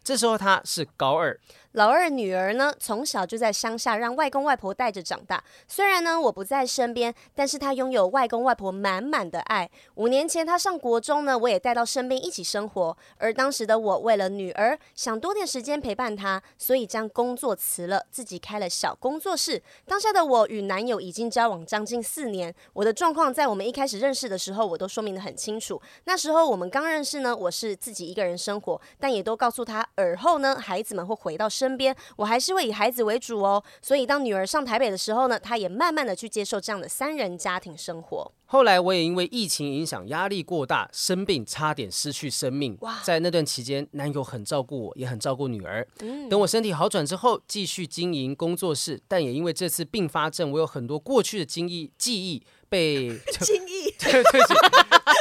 S2: 这时候他是高二，
S3: 老二女儿呢，从小就在乡下让外公外婆带着长大。虽然呢我不在身边，但是她拥有外公外婆满满的爱。五年前她上国中呢，我也带到身边一起生活。而当时的我为了女儿，想多点时间陪伴她，所以将工作辞了，自己开了小工作室。当下的我与男友已经交往将近四年，我的状况在我们一开始认识的时候，我都说明的很清楚。那时候我们刚认识呢，我是自己一个人生活，但也都告诉他，尔后呢，孩子们会回到身边，我还是会以孩子为主哦。所以当女儿上台北的时候呢，她也慢慢的去接受这样的三人家庭生活。
S2: 后来我也因为疫情影响，压力过大，生病，差点失去生命。在那段期间，男友很照顾我，也很照顾女儿。等我身体好转之后，继续经营工作室，但也因为这次并发症，我有很多过去的经忆记忆被
S1: 轻易
S2: 对对不起，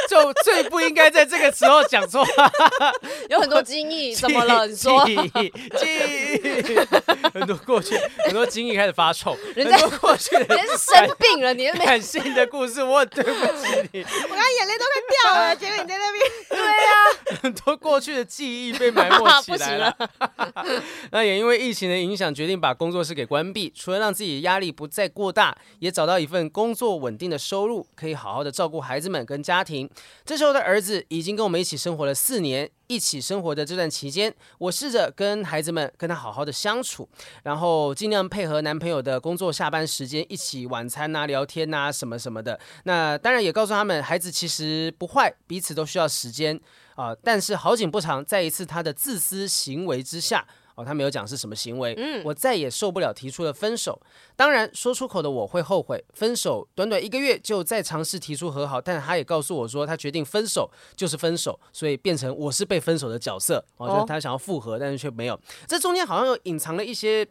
S2: 就最不应该在这个时候讲错话。
S3: 有很多经 历，
S2: 记忆记忆很多过去，很多经历开始发臭，很多过去的
S3: 人是生病了，你
S2: 感性的故事，我很对不起你。
S1: 我刚眼泪都快掉了，结果你在那边。
S2: 很多过去的记忆被埋没起来了。 那也因为疫情的影响，决定把工作室给关闭。除了让自己压力不再过大，也找到一份工作稳定的收入，可以好好的照顾孩子们跟家庭。这时候的儿子已经跟我们一起生活了四年，一起生活的这段期间，我试着跟孩子们跟他好好的相处，然后尽量配合男朋友的工作下班时间，一起晚餐呐、聊天呐、什么什么的。那当然也告诉他们，孩子其实不坏，彼此都需要时间啊、但是好景不长，在一次他的自私行为之下。哦，他没有讲是什么行为，我再也受不了，提出了分手。当然，说出口的我会后悔。分手短短一个月就再尝试提出和好，但他也告诉我说，他决定分手就是分手，所以变成我是被分手的角色。哦，就是
S3: 哦
S2: 他想要复合，但是却没有。这中间好像有隐藏了一些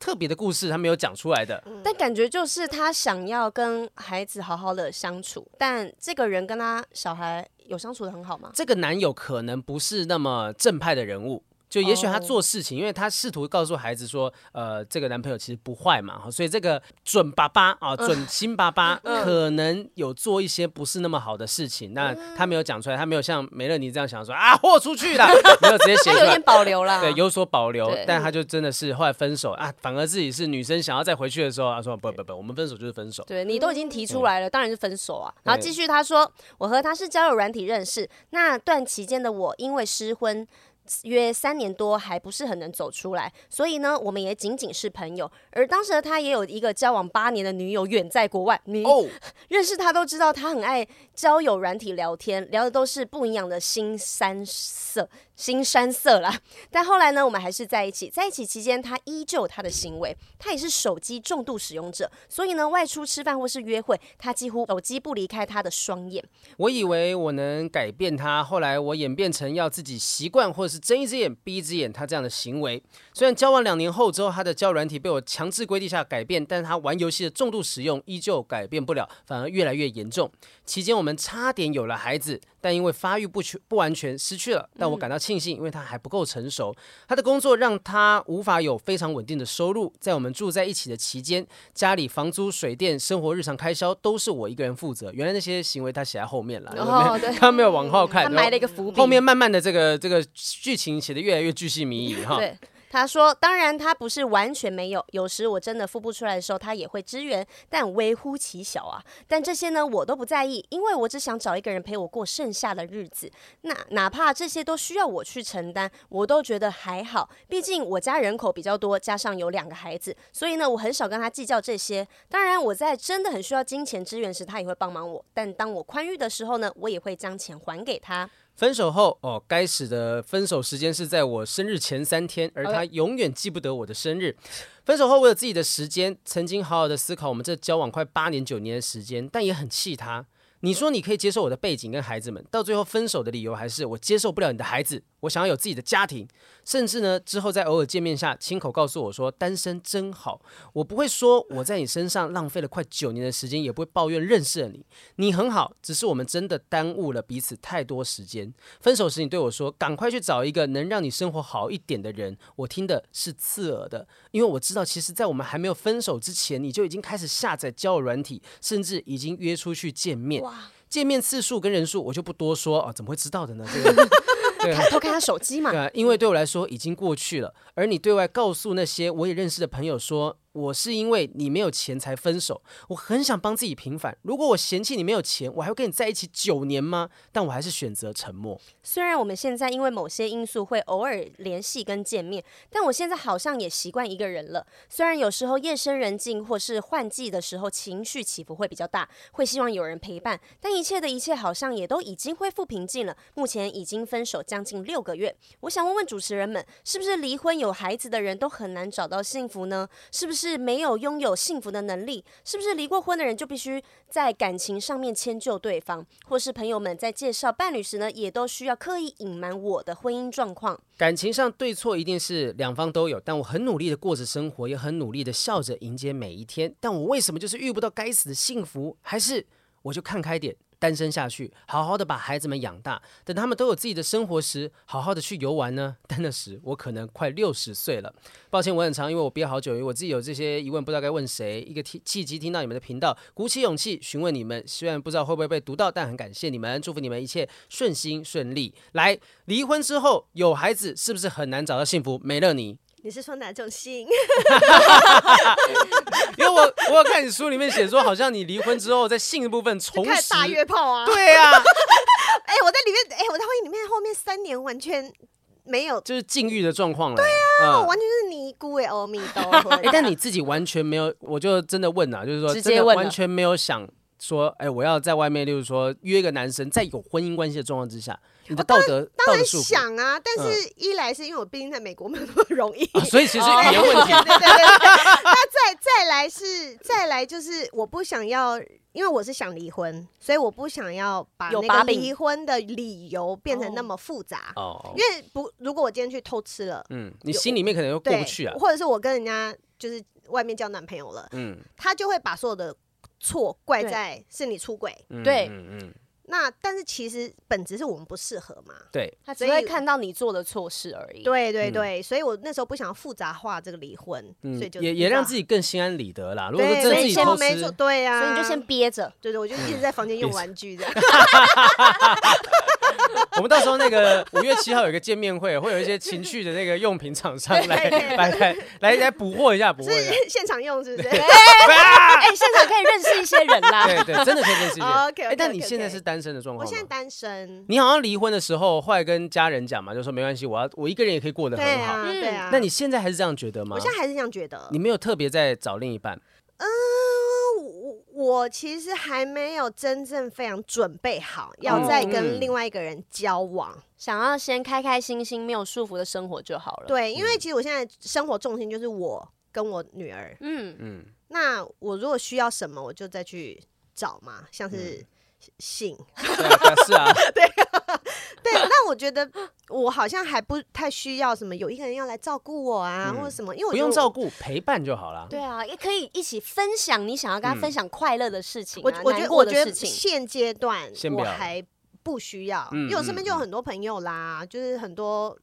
S2: 特别的故事，他没有讲出来的。
S3: 但感觉就是他想要跟孩子好好的相处，但这个人跟他小孩有相处的很好吗？
S2: 这个男友可能不是那么正派的人物。就也许他
S3: 哦
S2: 做事情因为他试图告诉孩子说，呃，这个男朋友其实不坏嘛，所以这个准爸爸啊，
S3: 嗯
S2: 准新爸爸、可能有做一些不是那么好的事情，那
S3: 嗯
S2: 他没有讲出来，他没有像梅乐妮这样想说啊，豁出 去了，没有直接写
S3: 他
S2: 出
S3: 有
S2: 来
S3: 点，保留啦，
S2: 对，有所保留
S3: 对，
S2: 但他就真的是后来分手啊，反而自己是女生想要再回去的时候，他说不不不，我们分手就是分手，
S3: 对你都已经提出来了，当然是分手啊。
S2: 嗯对
S3: 然后继续他说，我和他是交友软体认识，那段期间的我因为失婚。约三年多还不是很能走出来，所以呢，我们也仅仅是朋友。而当时的他也有一个交往八年的女友，远在国外。你
S2: 哦，
S3: 认识他都知道，他很爱交友软体聊天，聊的都是不一样的新山色、新山色啦。 但后来呢，我们还是在一起，在一起期间，他依旧有他的行为，他也是手机重度使用者，所以呢，外出吃饭或是约会，他几乎手机不离开他的双眼。
S2: 我以为我能改变他，后来我演变成要自己习惯，或者是睁一只眼闭一只眼他这样的行为。虽然交往两年后之后，他的交友软体被我强制规定下改变，但是他玩游戏的重度使用依旧改变不了，反而越来越严重。期间我们差点有了孩子，但因为发育不全不完全失去
S3: 嗯
S2: 了。但我感到庆幸，因为他还不够成熟。他的工作让他无法有非常稳定的收入。在我们住在一起的期间，家里房租、水电、生活日常开销都是我一个人负责。原来那些行为他写在后面了，
S3: 哦 对哎
S2: 他没有往后看，
S3: 他埋了一个伏笔。
S2: 后面慢慢的这个这个剧情写的越来越巨细靡遗哈。
S3: 对，他说，当然他不是完全没有，有时我真的付不出来的时候，他也会支援，但微乎其小啊。但这些呢，我都不在意，因为我只想找一个人陪我过剩下的日子。那哪怕这些都需要我去承担，我都觉得还好。毕竟我家人口比较多，加上有两个孩子，所以呢，我很少跟他计较这些。当然，我在真的很需要金钱支援时，他也会帮忙我。但当我宽裕的时候呢，我也会将钱还给他。
S2: 分手后哦，该死的分手时间是在我生日前三天，而他永远记不得我的生日。分手后，我有自己的时间，曾经好好的思考我们这交往快八年九年的时间，但也很气他。你说你可以接受我的背景跟孩子们，到最后分手的理由还是我接受不了你的孩子，我想要有自己的家庭，甚至呢之后在偶尔见面下亲口告诉我说单身真好，我不会说我在你身上浪费了快九年的时间，也不会抱怨认识了你，你很好，只是我们真的耽误了彼此太多时间。分手时你对我说：“赶快去找一个能让你生活好一点的人。”我听的是刺耳的，因为我知道，其实，在我们还没有分手之前，你就已经开始下载交友软体，甚至已经约出去见面。见面次数跟人数我就不多说哦，怎么会知道的呢？这个对啊
S3: 看偷看他手机嘛
S2: 对，啊，因为对我来说已经过去了。而你对外告诉那些我也认识的朋友说，我是因为你没有钱才分手，我很想帮自己平反。如果我嫌弃你没有钱，我还会跟你在一起九年吗？但我还是选择沉默。
S3: 虽然我们现在因为某些因素会偶尔联系跟见面，但我现在好像也习惯一个人了。虽然有时候夜深人静或是换季的时候情绪起伏会比较大，会希望有人陪伴，但一切的一切好像也都已经恢复平静了。目前已经分手将近六个月，我想问问主持人们，是不是离婚有孩子的人都很难找到幸福呢？是不是没有拥有幸福的能力？是不是离过婚的人就必须在感情上面迁就对方，或是朋友们在介绍伴侣时呢，也都需要刻意隐瞒我的婚姻状况？
S2: 感情上对错一定是两方都有，但我很努力的过着生活，也很努力的笑着迎接每一天。但我为什么就是遇不到该死的幸福？还是我就看开点，单身下去，好好的把孩子们养大，等他们都有自己的生活时，好好的去游玩呢？但那时我可能快六十岁了。抱歉，我很长，因为我憋好久，因为我自己有这些疑问，不知道该问谁。一个契契机听到你们的频道，鼓起勇气询问你们，虽然不知道会不会被读到，但很感谢你们，祝福你们一切顺心顺利。来，离婚之后有孩子是不是很难找到幸福？美乐你，
S1: 你是说哪种性？
S2: 因为我我有看你书里面写说，好像你离婚之后在性的部分重
S1: 看
S2: 拾，
S1: 大 约炮啊！
S2: 对啊，
S1: 哎、我在里面，哎、我在婚姻里面后面三年完全没有，
S2: 就是禁欲的状况了。对啊
S1: 哦我完全就是尼姑哎，阿弥陀佛
S2: 哎、。但你自己完全没有，我就真的问了，啊就是说，
S3: 直
S2: 真
S3: 接
S2: 的
S3: 问了
S2: 完全没有想说，哎、我要在外面，例如说约一个男生，在有婚姻关系的状况之下，你的道德道
S1: 当
S2: 德
S1: 然
S2: 束缚嗯
S1: 想啊，但是一来是因为我毕竟在美国没有那么容 易，
S2: 啊，所以其实
S3: 哦
S2: 语言问题
S1: 对对对对。那再再来是再来就是我不想要，因为我是想离婚，所以我不想要把
S3: 有
S1: 那
S3: 把
S1: 个
S3: 柄
S1: 离婚的理由变成那么复杂。
S2: 哦，
S1: 因为不，如果我今天去偷吃了，
S2: 嗯，你心里面可能又过
S1: 对，
S2: 不去啊，
S1: 或者是我跟人家就是外面交男朋友了，
S2: 嗯，
S1: 他就会把所有的错怪
S3: 对
S1: 在是你出轨。
S2: 嗯
S3: 对
S2: 嗯嗯，
S1: 那但是其实本质是我们不适合嘛。
S2: 对，
S3: 他只会看到你做的错事而已。
S1: 对对对，所以我那时候不想要复杂化这个离婚，
S2: 嗯
S1: 所以，就
S2: 也也让自己更心安理得啦。如果说
S1: 对，
S2: 真
S1: 所
S2: 的
S1: 以
S2: 自己
S1: 先
S2: 偷
S1: 没错，
S2: 吃，
S1: 对呀、啊，
S3: 所以你就先憋着。
S1: 对对，我就一直在房间 用玩具这样。
S2: 我们到时候那个五月七号有一个见面会，会有一些情趣的那个用品厂商来来来来来补货一下，补货一下。
S1: 是 现场用是不是？
S2: 啊
S1: 啊
S3: 哎，现场可以认识一些人 啦。
S2: 对对，真的可以认识一些。
S1: 哦，OK，OK，OK，OK
S2: 哎，但你现在是单身的状
S1: 我
S2: 况
S1: 现在
S2: 吗？
S1: 单身，
S2: 你好像离婚的时候，后来跟家人讲嘛，就说没关系，我要我一个人也可以过得
S1: 对
S2: 很好。
S1: 啊，
S3: 嗯
S1: 对啊。
S2: 那你现在还是这样觉得吗
S1: 我？现在还是这样觉得
S2: 你。没有特别在找另一 半，
S1: 嗯，我我其实还没有真正非常准备好，要再跟
S2: 嗯
S1: 另外一个人交往。
S3: 想要先开开心心、没有束缚的生活就好了。，
S1: 对，因为
S2: 嗯
S1: 其实我现在生活重心就是我跟我女儿。
S3: 嗯，
S2: 嗯，
S1: 那我如果需要什么，我就再去找嘛，像是性。
S2: 对啊，对啊是啊，
S1: 对，那我觉得我好像还不太需要什么，有一个人要来照顾我啊，
S2: 嗯
S1: 或者什么，因为我
S2: 不
S1: 觉得
S2: 用
S1: 我
S2: 照顾，陪伴就好啦。
S3: 对啊，也可以一起分享你想要跟他分享快乐的事情、啊
S1: 嗯我我觉
S3: 难
S1: 得
S3: 过
S1: 我
S3: 的
S1: 觉
S3: 事
S1: 得
S3: 情。
S1: 现阶段
S2: 先不
S1: 我
S2: 要
S1: 还不需要，
S2: 嗯
S1: 因为我身边就有
S2: 嗯嗯
S1: 很多朋友啦，就是很多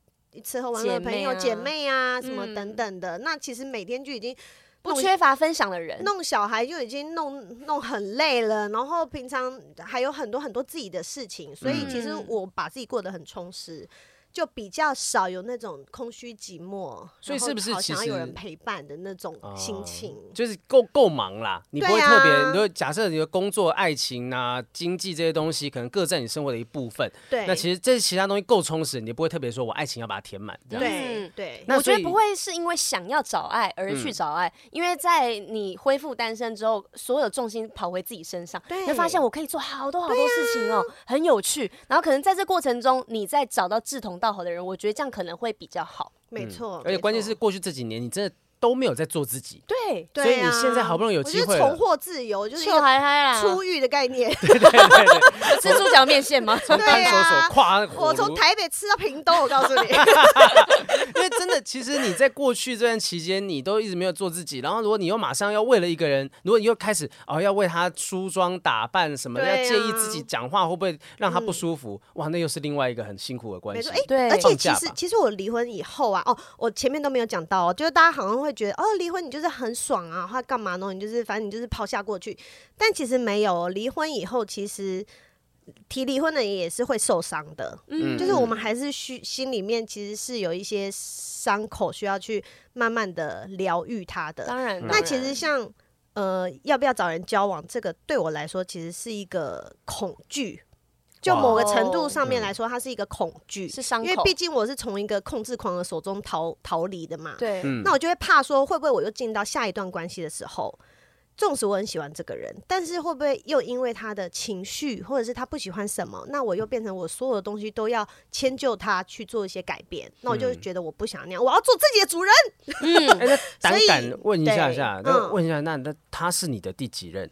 S1: 吃喝玩乐的
S3: 姐
S1: 朋
S3: 妹
S1: 友、
S3: 啊
S1: 姐妹啊什么
S3: 嗯
S1: 等等的。那其实每天就已经
S3: 不缺乏分享的人，
S1: 弄小孩就已经弄弄很累了，然后平常还有很多很多自己的事情，所以其实
S3: 嗯
S1: 我把自己过得很充实。就比较少有那种空虚寂寞，
S2: 所
S1: 然
S2: 以
S1: 后
S2: 是不是
S1: 好想要
S2: 其实
S1: 有人陪伴的那种心情？
S2: 哦就是够够忙啦，你不会
S1: 对啊
S2: 特别，你就假设你的工作、爱情啊、经济这些东西，可能各占你生活的一部分。
S1: 对，
S2: 那其实这其他东西够充实，你不会特别说我爱情要把它填满。这样
S1: 对
S3: 嗯
S1: 对，
S2: 那
S3: 我觉
S2: 所以
S3: 得不会是因为想要找爱而
S1: 嗯
S3: 去找爱，因为在你恢复单身之后，所有重心跑回自己身上，
S1: 对啊
S3: 你会发现我可以做好多好多事情哦，很有趣。然后可能在这过程中，你再找到志同道合的人，我觉得这样可能会比较好。
S1: 没错。
S2: 嗯而且
S1: 没
S2: 关键
S1: 错
S2: 是过去这几年你真的都没有在做自己。
S3: 对，
S1: 对
S2: 所以你
S1: 啊
S2: 现在好不容易有机
S1: 我觉
S2: 会
S1: 得
S2: 了
S1: 重获自由就是一
S3: 臭
S1: 个
S3: 嗨嗨啦，
S1: 出狱的概 念。
S3: 蜘蛛脚面线吗？
S2: 从 看
S1: 对
S2: 守所
S1: 啊
S2: 跨火
S1: 我从
S2: 炉，
S1: 台北吃到屏东，我告诉 你，
S2: 因为真的，其实你在过去这段期间，你都一直没有做自己。然后，如果你又马上要为了一个人，如果你又开始哦要为他梳妆打扮什么的，
S1: 对
S2: 要
S1: 啊嗯
S2: 介意自己讲话会不会让他不舒服，哇，那又是另外一个很辛苦的关
S1: 没
S2: 系
S1: 错。。哎、
S3: 对
S1: 而且其
S2: 放假
S1: 实
S2: 吧
S1: 其实我离婚以后啊，哦，我前面都没有讲到、哦，就是大家好像会觉得哦，离婚你就是很爽啊，或者干嘛呢？你就是反正你就是抛下过去，但其实没有、哦，离婚以后其实。提离婚的人也是会受伤的，
S2: 嗯
S1: 就是我们还是需心里面其实是有一些伤口需要去慢慢的疗愈它的。
S3: 当然，
S1: 那
S3: 当
S1: 其实
S3: 然
S1: 像呃，要不要找人交往，这个对我来说其实是一个恐惧，就
S2: 哇
S1: 某个程度
S3: 哦
S1: 上
S2: 嗯
S1: 面来说，它是一个恐惧，
S3: 是伤
S1: 因为
S3: 口
S1: 毕，竟我是从一个控制狂的手中逃逃离的嘛。
S3: 对，
S2: 嗯
S1: 那我就会怕说，会不会我又进到下一段关系的时候，纵使我很喜欢这个人，但是会不会又因为他的情绪或者是他不喜欢什么，那我又变成我所有的东西都要迁就他去做一些改变？那我就
S2: 嗯
S1: 觉得我不想那样，我要做自己的主人。
S3: 嗯，
S2: 哎，那胆
S1: 所以
S2: 敢问一下下，
S1: 对
S2: 那
S1: 嗯
S2: 问一下，那那他是你的第几 任？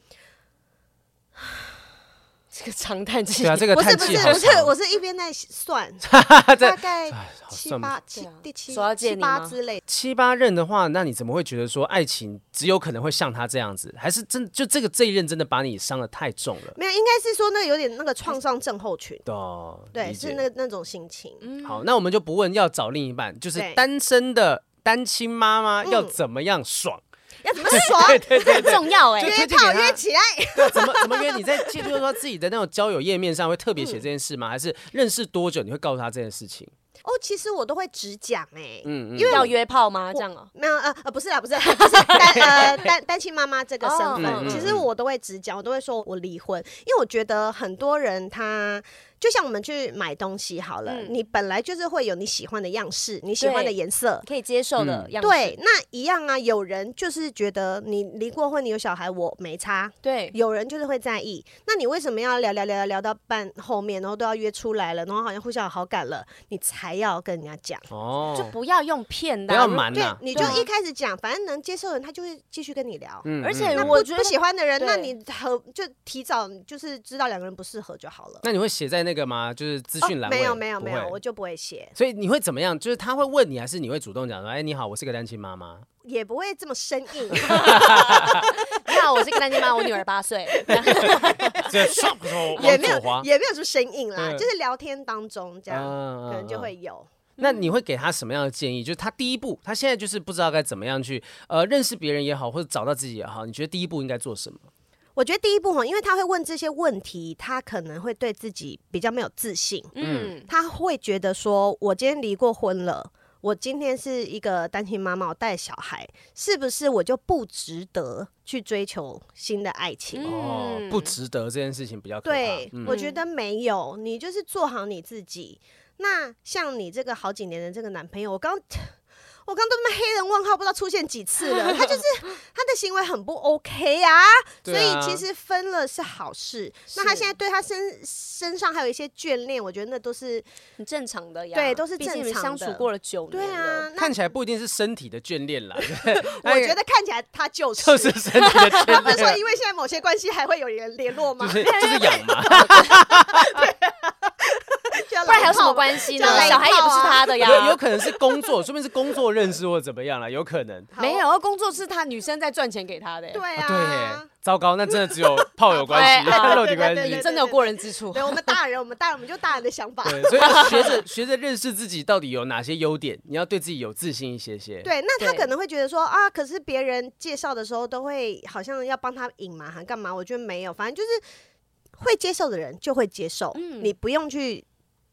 S3: 这个长叹气
S2: 对，啊，这个
S1: 不是
S2: 叹
S1: 不
S2: 气
S1: 是
S2: 好
S1: 不是
S2: 长，
S1: 我是一边在 算，大概
S2: 好
S1: 七
S2: 算不
S1: 八七
S3: 对啊
S1: 第七
S3: 手要借
S1: 七
S3: 你
S1: 八
S3: 吗
S1: 之类的。
S2: 七八任的话，那你怎么会觉得说爱情只有可能会像他这样子？还是真就这个这一任真的把你伤的太重了？
S1: 没有，应该是说那有点那个创伤症候群，
S2: 哦，
S1: 对，
S2: 理解
S1: 是那那种心情。
S2: 好，那我们就不问要找另一半，就
S1: 嗯
S2: 是
S1: 对嗯
S2: 单身的单亲妈妈要怎么 样爽，
S1: 要怎么爽？
S2: 对对
S3: 很重要 哎
S2: 就，推
S1: 约
S2: 荐给
S1: 炮
S2: 他
S1: 约起来，
S2: 对，怎么怎么约？你在
S1: 嗯
S2: 就是说自己的那种交友页面上会特别写这件事吗？还是认识多久你会告诉他这件事情？
S1: 哦，其实我都会只讲哎，
S2: 嗯嗯，
S1: 因为
S3: 要约炮吗？这样哦、
S1: 没有呃呃不是啦，不是啦 不是单 呃单单亲妈妈这个身份，
S2: 哦嗯嗯
S1: 其实我都会直讲，我都会说我离婚，因为我觉得很多人他就像我们去买东西好了，
S3: 嗯
S1: 你本来就是会有你喜欢的样式，你喜欢的
S3: 对
S1: 颜色。
S3: 可以接受
S2: 嗯
S3: 的样子。
S1: 对，那一样啊。有人就是觉得你离过婚，你有小孩，我没差。
S3: 对，
S1: 有人就是会在意，那你为什么要聊聊聊聊聊到半后面，然后都要约出来了，然后好像互相有好感了，你才要跟人家讲？
S3: 就
S2: 哦，
S3: 不要用骗的、
S2: 不
S3: 啊。
S2: 要
S3: 如
S2: 瞒
S1: 对
S2: 呐，，
S1: 你就
S3: 对啊
S1: 一开始讲，反正能接受的人他就会继续跟你聊。
S2: 嗯
S3: 而且
S2: 嗯
S1: 那
S2: 嗯
S1: 不
S3: 我觉得
S1: 不喜欢的人，
S3: 对
S1: 那你和就提早就是知道两个人不适合就好了。
S2: 那你会写在那个吗？就是资
S1: 哦
S2: 讯栏位、
S1: 没有没有
S2: 不
S1: 没
S2: 会
S1: 有，我就不会写，
S2: 所以你会怎么样？就是他会问你，还是你会主动讲说：“哎，你好，我是个单亲妈妈。
S1: 也不会这么生 硬。
S3: 你好，我是个单亲妈，我女儿八岁。
S2: 嗯 这唰”往
S1: 也没有
S2: 左滑
S1: 也没有什么生硬啦，
S2: 嗯
S1: 就是聊天当中这样，
S2: 嗯
S1: 可能就。
S2: 嗯嗯
S1: 会有。
S2: 那你会给他什么样的建议？就是他第一步，他现在就是不知道该怎么样去呃认识别人也好，或者找到自己也好，你觉得第一步应该做什么？
S1: 我觉得第一步哈，因为他会问这些问题，他可能会对自己比较没有自信，
S3: 嗯，
S1: 他会觉得说，我今天离过婚了。我今天是一个单亲妈妈，我带小孩，是不是我就不值得去追求新的爱情？
S3: 嗯
S2: 哦，不值得这件事情比较可怕。
S1: 对，
S2: 嗯
S1: 我觉得没有，你就是做好你自己。那像你这个好几年的这个男朋友，我刚我刚都被黑人问号不知道出现几次了，他就是他的行为很不 OK 啊，所
S2: 对啊
S1: 以其实分了是好事。那他
S3: 是
S1: 现在对他身身上还有一些眷恋，我觉得那都是
S3: 很正常的呀。
S1: 对都是
S3: 毕竟你
S1: 正
S3: 们
S1: 常
S3: 相
S1: 的
S3: 处过了九年
S1: 对啊
S3: 了。。
S1: 那
S2: 看起来不一定是身体的眷恋 啦，
S1: 我觉得看起来他就是，
S2: 就是 身体的
S1: 他
S2: 眷
S1: 们 说
S2: 恋，
S1: 因为现在某些关系还会有人联络
S2: 就
S1: 吗？
S2: 是就是养嘛。
S1: 就要
S3: 不然还有什么
S1: 来
S3: 关系呢
S1: 就来？一
S3: 小孩也不是
S1: 套啊
S3: 他的呀。
S2: 有有可能是工作，说不定是工作认识或怎么样了，有可能。
S1: 泡？
S3: 没有，工作是他女生在赚钱给他的耶。
S1: 对
S2: 啊
S1: 啊，
S2: 对耶，糟糕，那真的只有炮友关系，
S3: 哎 啊
S2: 肉体关
S1: 对对
S2: 系
S1: 对。
S3: 真的有过人之处。
S1: 对我们大人，我们大人，我们就大人的想法。
S2: 对，所以要学着 学着认识自己到底有哪些优点，你要对自己有自信一些些。，
S1: 对，那他
S3: 对
S1: 可能会觉得说啊，可是别人介绍的时候都会好像要帮他隐瞒，还干嘛？我觉得没有，反正就是会接受的人就会接受，
S3: 嗯
S1: 你不用去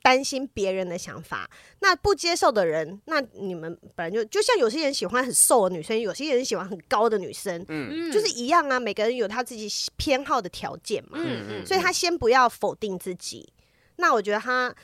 S1: 担心别人的想法。那不接受的人，那你们本来就就像有些人喜欢很瘦的女生，有些人喜欢很高的女生，
S2: 嗯
S3: 嗯
S1: 就是一样啊，每个人有他自己喜偏好的条件嘛。
S3: 嗯嗯，
S1: 所以他先不要否定自己。那我觉得他，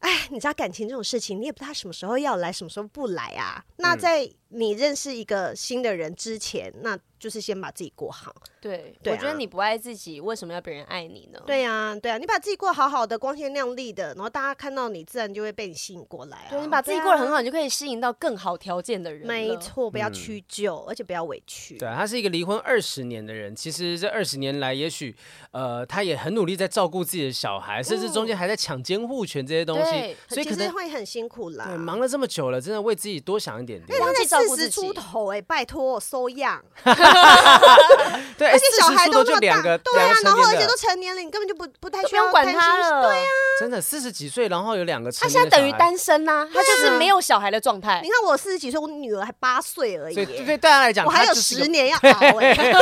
S1: 哎，你知道感情这种事情，你也不知道他什么时候要来，什么时候不来啊。
S2: 嗯
S1: 那在你认识一个新的人之前，那就是先把自己过好。
S3: 对，
S1: 对
S3: 我觉得
S1: 啊
S3: 你不爱自己，为什么要别人爱你呢？
S1: 对呀、嗯对啊呀、你把自己过好好的，光鲜亮丽的，然后大家看到你，自然就会被你吸引过来啊。
S3: 对，你把自己
S1: 啊
S3: 过得很好，你就可以吸引到更好条件的人。
S1: 没，错，不要屈就，而且不要委屈。
S2: 嗯对啊，他是一个离婚二十年的人，其实这二十年来，也许呃，他也很努力在照顾自己的小孩，甚至中间还在抢监护权这些东西
S3: 对，
S2: 所以
S1: 嗯其
S2: 可
S1: 实
S2: 能
S1: 会很辛苦啦。
S2: 对忙了这么久了，真的为自己多想一点点。
S3: 忘记照顾
S1: 四
S3: 自
S1: 十
S3: 己
S1: 出。头哎、拜托，收养。
S2: 对，
S1: 而
S2: 而
S1: 且小孩都
S2: 就
S1: 那么
S2: 两个
S1: 大，对啊，然
S2: 两
S1: 后
S2: 个
S1: 而
S2: 成年
S1: 且
S2: 的
S1: 都，成年了，你根本就不不太
S3: 都
S1: 需
S3: 不
S1: 要
S3: 用管
S1: 担
S3: 他
S1: 心啊
S3: 了，对呀、
S2: 真的四十几岁，然后有两个成
S3: 他
S2: 年
S3: 现
S2: 的
S3: 在等于
S2: 小孩
S3: 单身呐、他就是没有小孩的状态
S1: 啊你。看我四十几岁，我女儿还八岁而已
S2: 所以
S1: 耶，
S2: 对对大家来讲，
S1: 我还
S2: 他
S1: 有
S2: 就是一个
S1: 十年要熬哎。
S2: 欸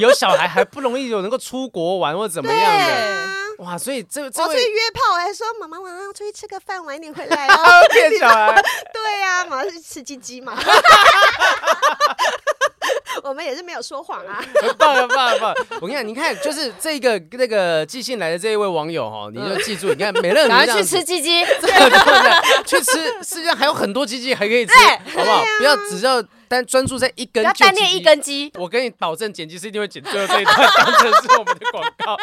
S2: 有小孩还不容易有能够出国玩或怎么样的。
S1: 啊
S2: 哇，所以这这
S1: 我要去
S2: 位
S1: 约炮，还说妈妈晚上要出去吃个饭，晚一点回来哦。
S2: 骗小孩，
S1: 对啊呀，马上去吃鸡鸡嘛。 我们也是没有说谎啊，
S2: 很棒很棒很棒！我跟你讲，你看，就是这个那个寄信来的这一位网友哦，你就记住，你看美乐你
S3: 嗯
S2: 这
S3: 赶快
S2: 样
S3: 去
S2: 子
S3: 吃，鸡鸡，
S2: 对对对去吃，世界上还有很多鸡鸡还可以吃，好不好？不要只要单专注在一根，
S1: 啊
S3: 不要单恋一。根鸡。
S2: 我跟你保证，剪辑师一定会剪最后这一段，当成是我们的广 告。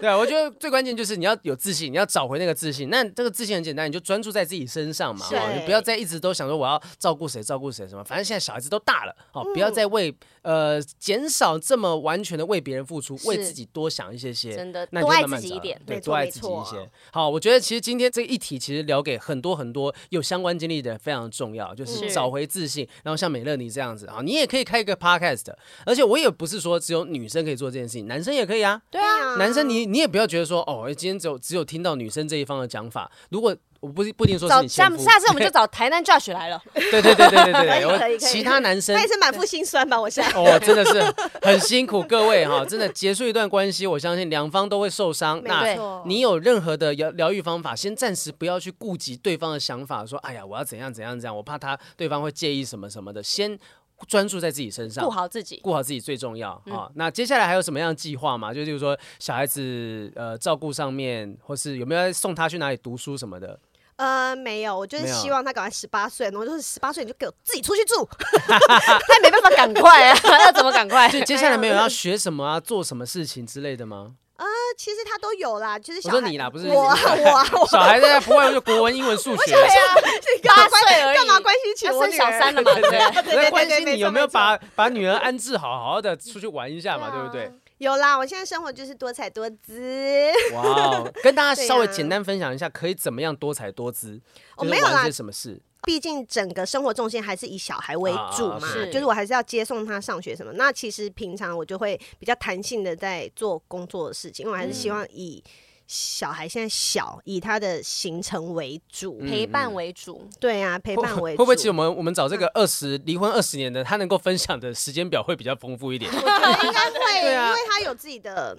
S2: 对啊，我觉得最关键就是你要有自信，你要找回那个自信。那这个自信很简单，你就专注在自己身上嘛，
S1: 是
S2: 哦，你不要再一直都想说我要照顾谁、照顾谁什么。反正现在小孩子都大了，哦，
S3: 嗯
S2: 不要再为、呃减少这么完全的为别人付出，为
S3: 是
S2: 自己多想一些些，
S3: 真的
S2: 那你
S3: 多
S2: 会
S3: 爱
S2: 慢慢
S3: 自己
S2: 长
S3: 一点
S2: 对，
S1: 没
S2: 多
S1: 错
S2: 爱
S1: 没
S2: 自己一
S1: 错
S2: 些。好，我觉得其实今天这一题其实聊给很多很多有相关经历的人非常重要，就是
S3: 是
S2: 找回自信。然后像美乐你这样子啊，你也可以开一个 podcast，而且我也不是说只有女生可以做这件事情，男生也可以啊。
S3: 对啊，
S2: 男生你你也不要觉得说哦，今天只有只有听到女生这一方的讲法，如果。我不不一定说是
S3: 找
S2: 你
S3: 下
S2: 前夫，
S3: 下次我们 就找台南 Josh 来了，
S2: 对对对对对对
S1: 可以可
S2: 对，
S1: 以
S2: 我
S1: 可以
S2: 其他男生
S1: 他也是满腹心酸吧？我想，
S2: 哦，真的是很辛苦各位哈，真的结束一段关系，我相信两方都会受伤。
S1: 没
S2: 那
S1: 错，
S2: 你有任何的疗疗愈方法，先暂时不要去顾及对方的想法，说哎呀我要怎样怎样怎样，我怕他对方会介意什么什么的，先专注在自己身上
S3: 顾。好自己。
S2: 顾好自己最重要啊、那接下来还有什么样的计划吗？就例如说小孩子呃照顾上面，或是有没有要送他去哪里读书什么的？
S1: 呃，没有，我就是
S2: 没有
S1: 希望他赶快十八岁，然后就是十八岁你就给我自己出去住，呃
S3: 他也没办法赶快啊， 要怎么赶快？
S2: 就接下来没有要学什么啊，做什么事情之类的吗？
S1: 那其实他都有啦，就是小
S2: 我说
S1: 孩
S2: 你啦不是
S1: 我啊我啊我啊，
S2: 小孩子不外乎就国文、英文、数 学。
S3: 对啊，
S1: 你干嘛
S3: 八岁而已
S1: 关干嘛关心起
S3: 他
S1: 我
S3: 生
S1: 女
S3: 小
S1: 儿
S3: 三 了嘛，对不
S2: 嗯
S3: 对？
S1: 对对对
S2: 那关
S1: 对
S2: 心
S1: 没
S2: 你
S1: 错
S2: 有没有
S1: 没错
S2: 把把女儿安置好，好好的出去玩一下嘛，
S3: 对
S2: 对
S3: 啊
S2: 不对？
S1: 有啦，我现在生活就是多彩多姿。
S2: 哇哦，跟大家
S1: 啊对
S2: 稍微
S1: 啊
S2: 简单分享一下，可以怎么样多才多姿？
S1: 哦
S2: 就是
S1: 没有
S2: 玩
S1: 啦
S2: 些什么事？
S1: 毕竟整个生活重心还是以小孩为主嘛，
S2: 啊
S3: 是
S1: 就是我还是要接送他上学什么。那其实平常我就会比较弹性的在做工作的事情，因为我还是
S2: 嗯
S1: 希望以小孩现在小，以他的行程为主。
S2: 嗯
S3: 陪伴为主，
S1: 对啊，陪
S2: 会
S1: 伴为主。
S2: 会
S1: 嗯
S2: 不会？其实 我们我们找这个二十离婚二十年的，他能够分享的时间表会比较丰富一点，
S1: 我觉得应该会，
S2: 对啊
S1: 因为他有自己的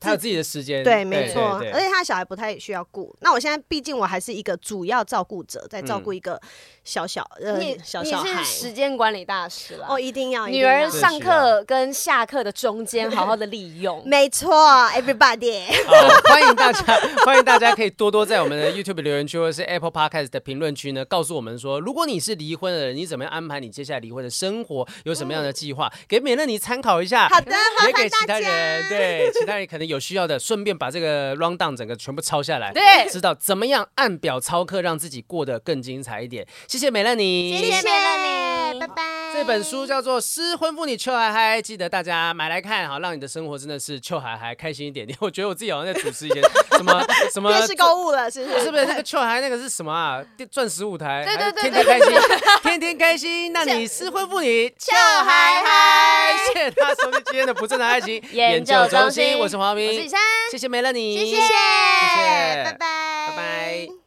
S2: 他有自己的时间。
S1: 对，没错，哎
S2: 对
S1: 而且他的小孩不太需要顾。那我现在毕竟我还是一个主要照顾者，在照顾
S2: 嗯
S1: 一个小小、
S3: 你
S1: 呃小
S3: 你
S1: 小孩
S3: 是。时间管理大师了。
S1: 哦，一定要一定
S3: 女儿
S1: 要
S2: 是
S3: 上课跟下课的中间，好好的利用。
S1: 没错，everybody。
S2: 好欢迎大家，欢迎大家可以多多在我们的 YouTube 留言区或者是 Apple Podcast 的评论区呢，告诉我们说，如果你是离婚的人，你怎么样安排你接下来离婚的生活，有什么样的计划，给美乐你参考一下。
S1: 好的， 麻
S2: 也给
S1: 烦
S2: 其他
S1: 大
S2: 人，
S1: 家。
S2: 对其他人可能有需要的，顺便把这个 round down 整个全部抄下来，
S3: 对
S2: 知道怎么样按表操课，让自己过得更精彩一点。谢谢美乐你，
S3: 谢谢美乐你
S1: 拜拜。
S2: 这本书叫做《失婚妇女秋嗨嗨》，记得大家买来看，好，让你的生活真的是秋嗨嗨，开心一点 点。我觉得我自己好像在主持一些 什么什么
S1: 电视购物了，是不
S2: 是
S1: 是？
S2: 不是那个秋海那个是什么啊？电钻石舞台，
S3: 对对对
S2: 还是天天开心，天天开心。那你失婚妇女笑
S3: 嗨嗨，
S2: 谢谢大家收听今天的不正常爱情
S3: 研究中心
S2: 我是黄
S3: 我是
S2: 明
S3: 雨，珊，
S2: 谢谢梅乐你，
S1: 谢谢，
S2: 谢
S1: 拜拜，
S2: 拜拜。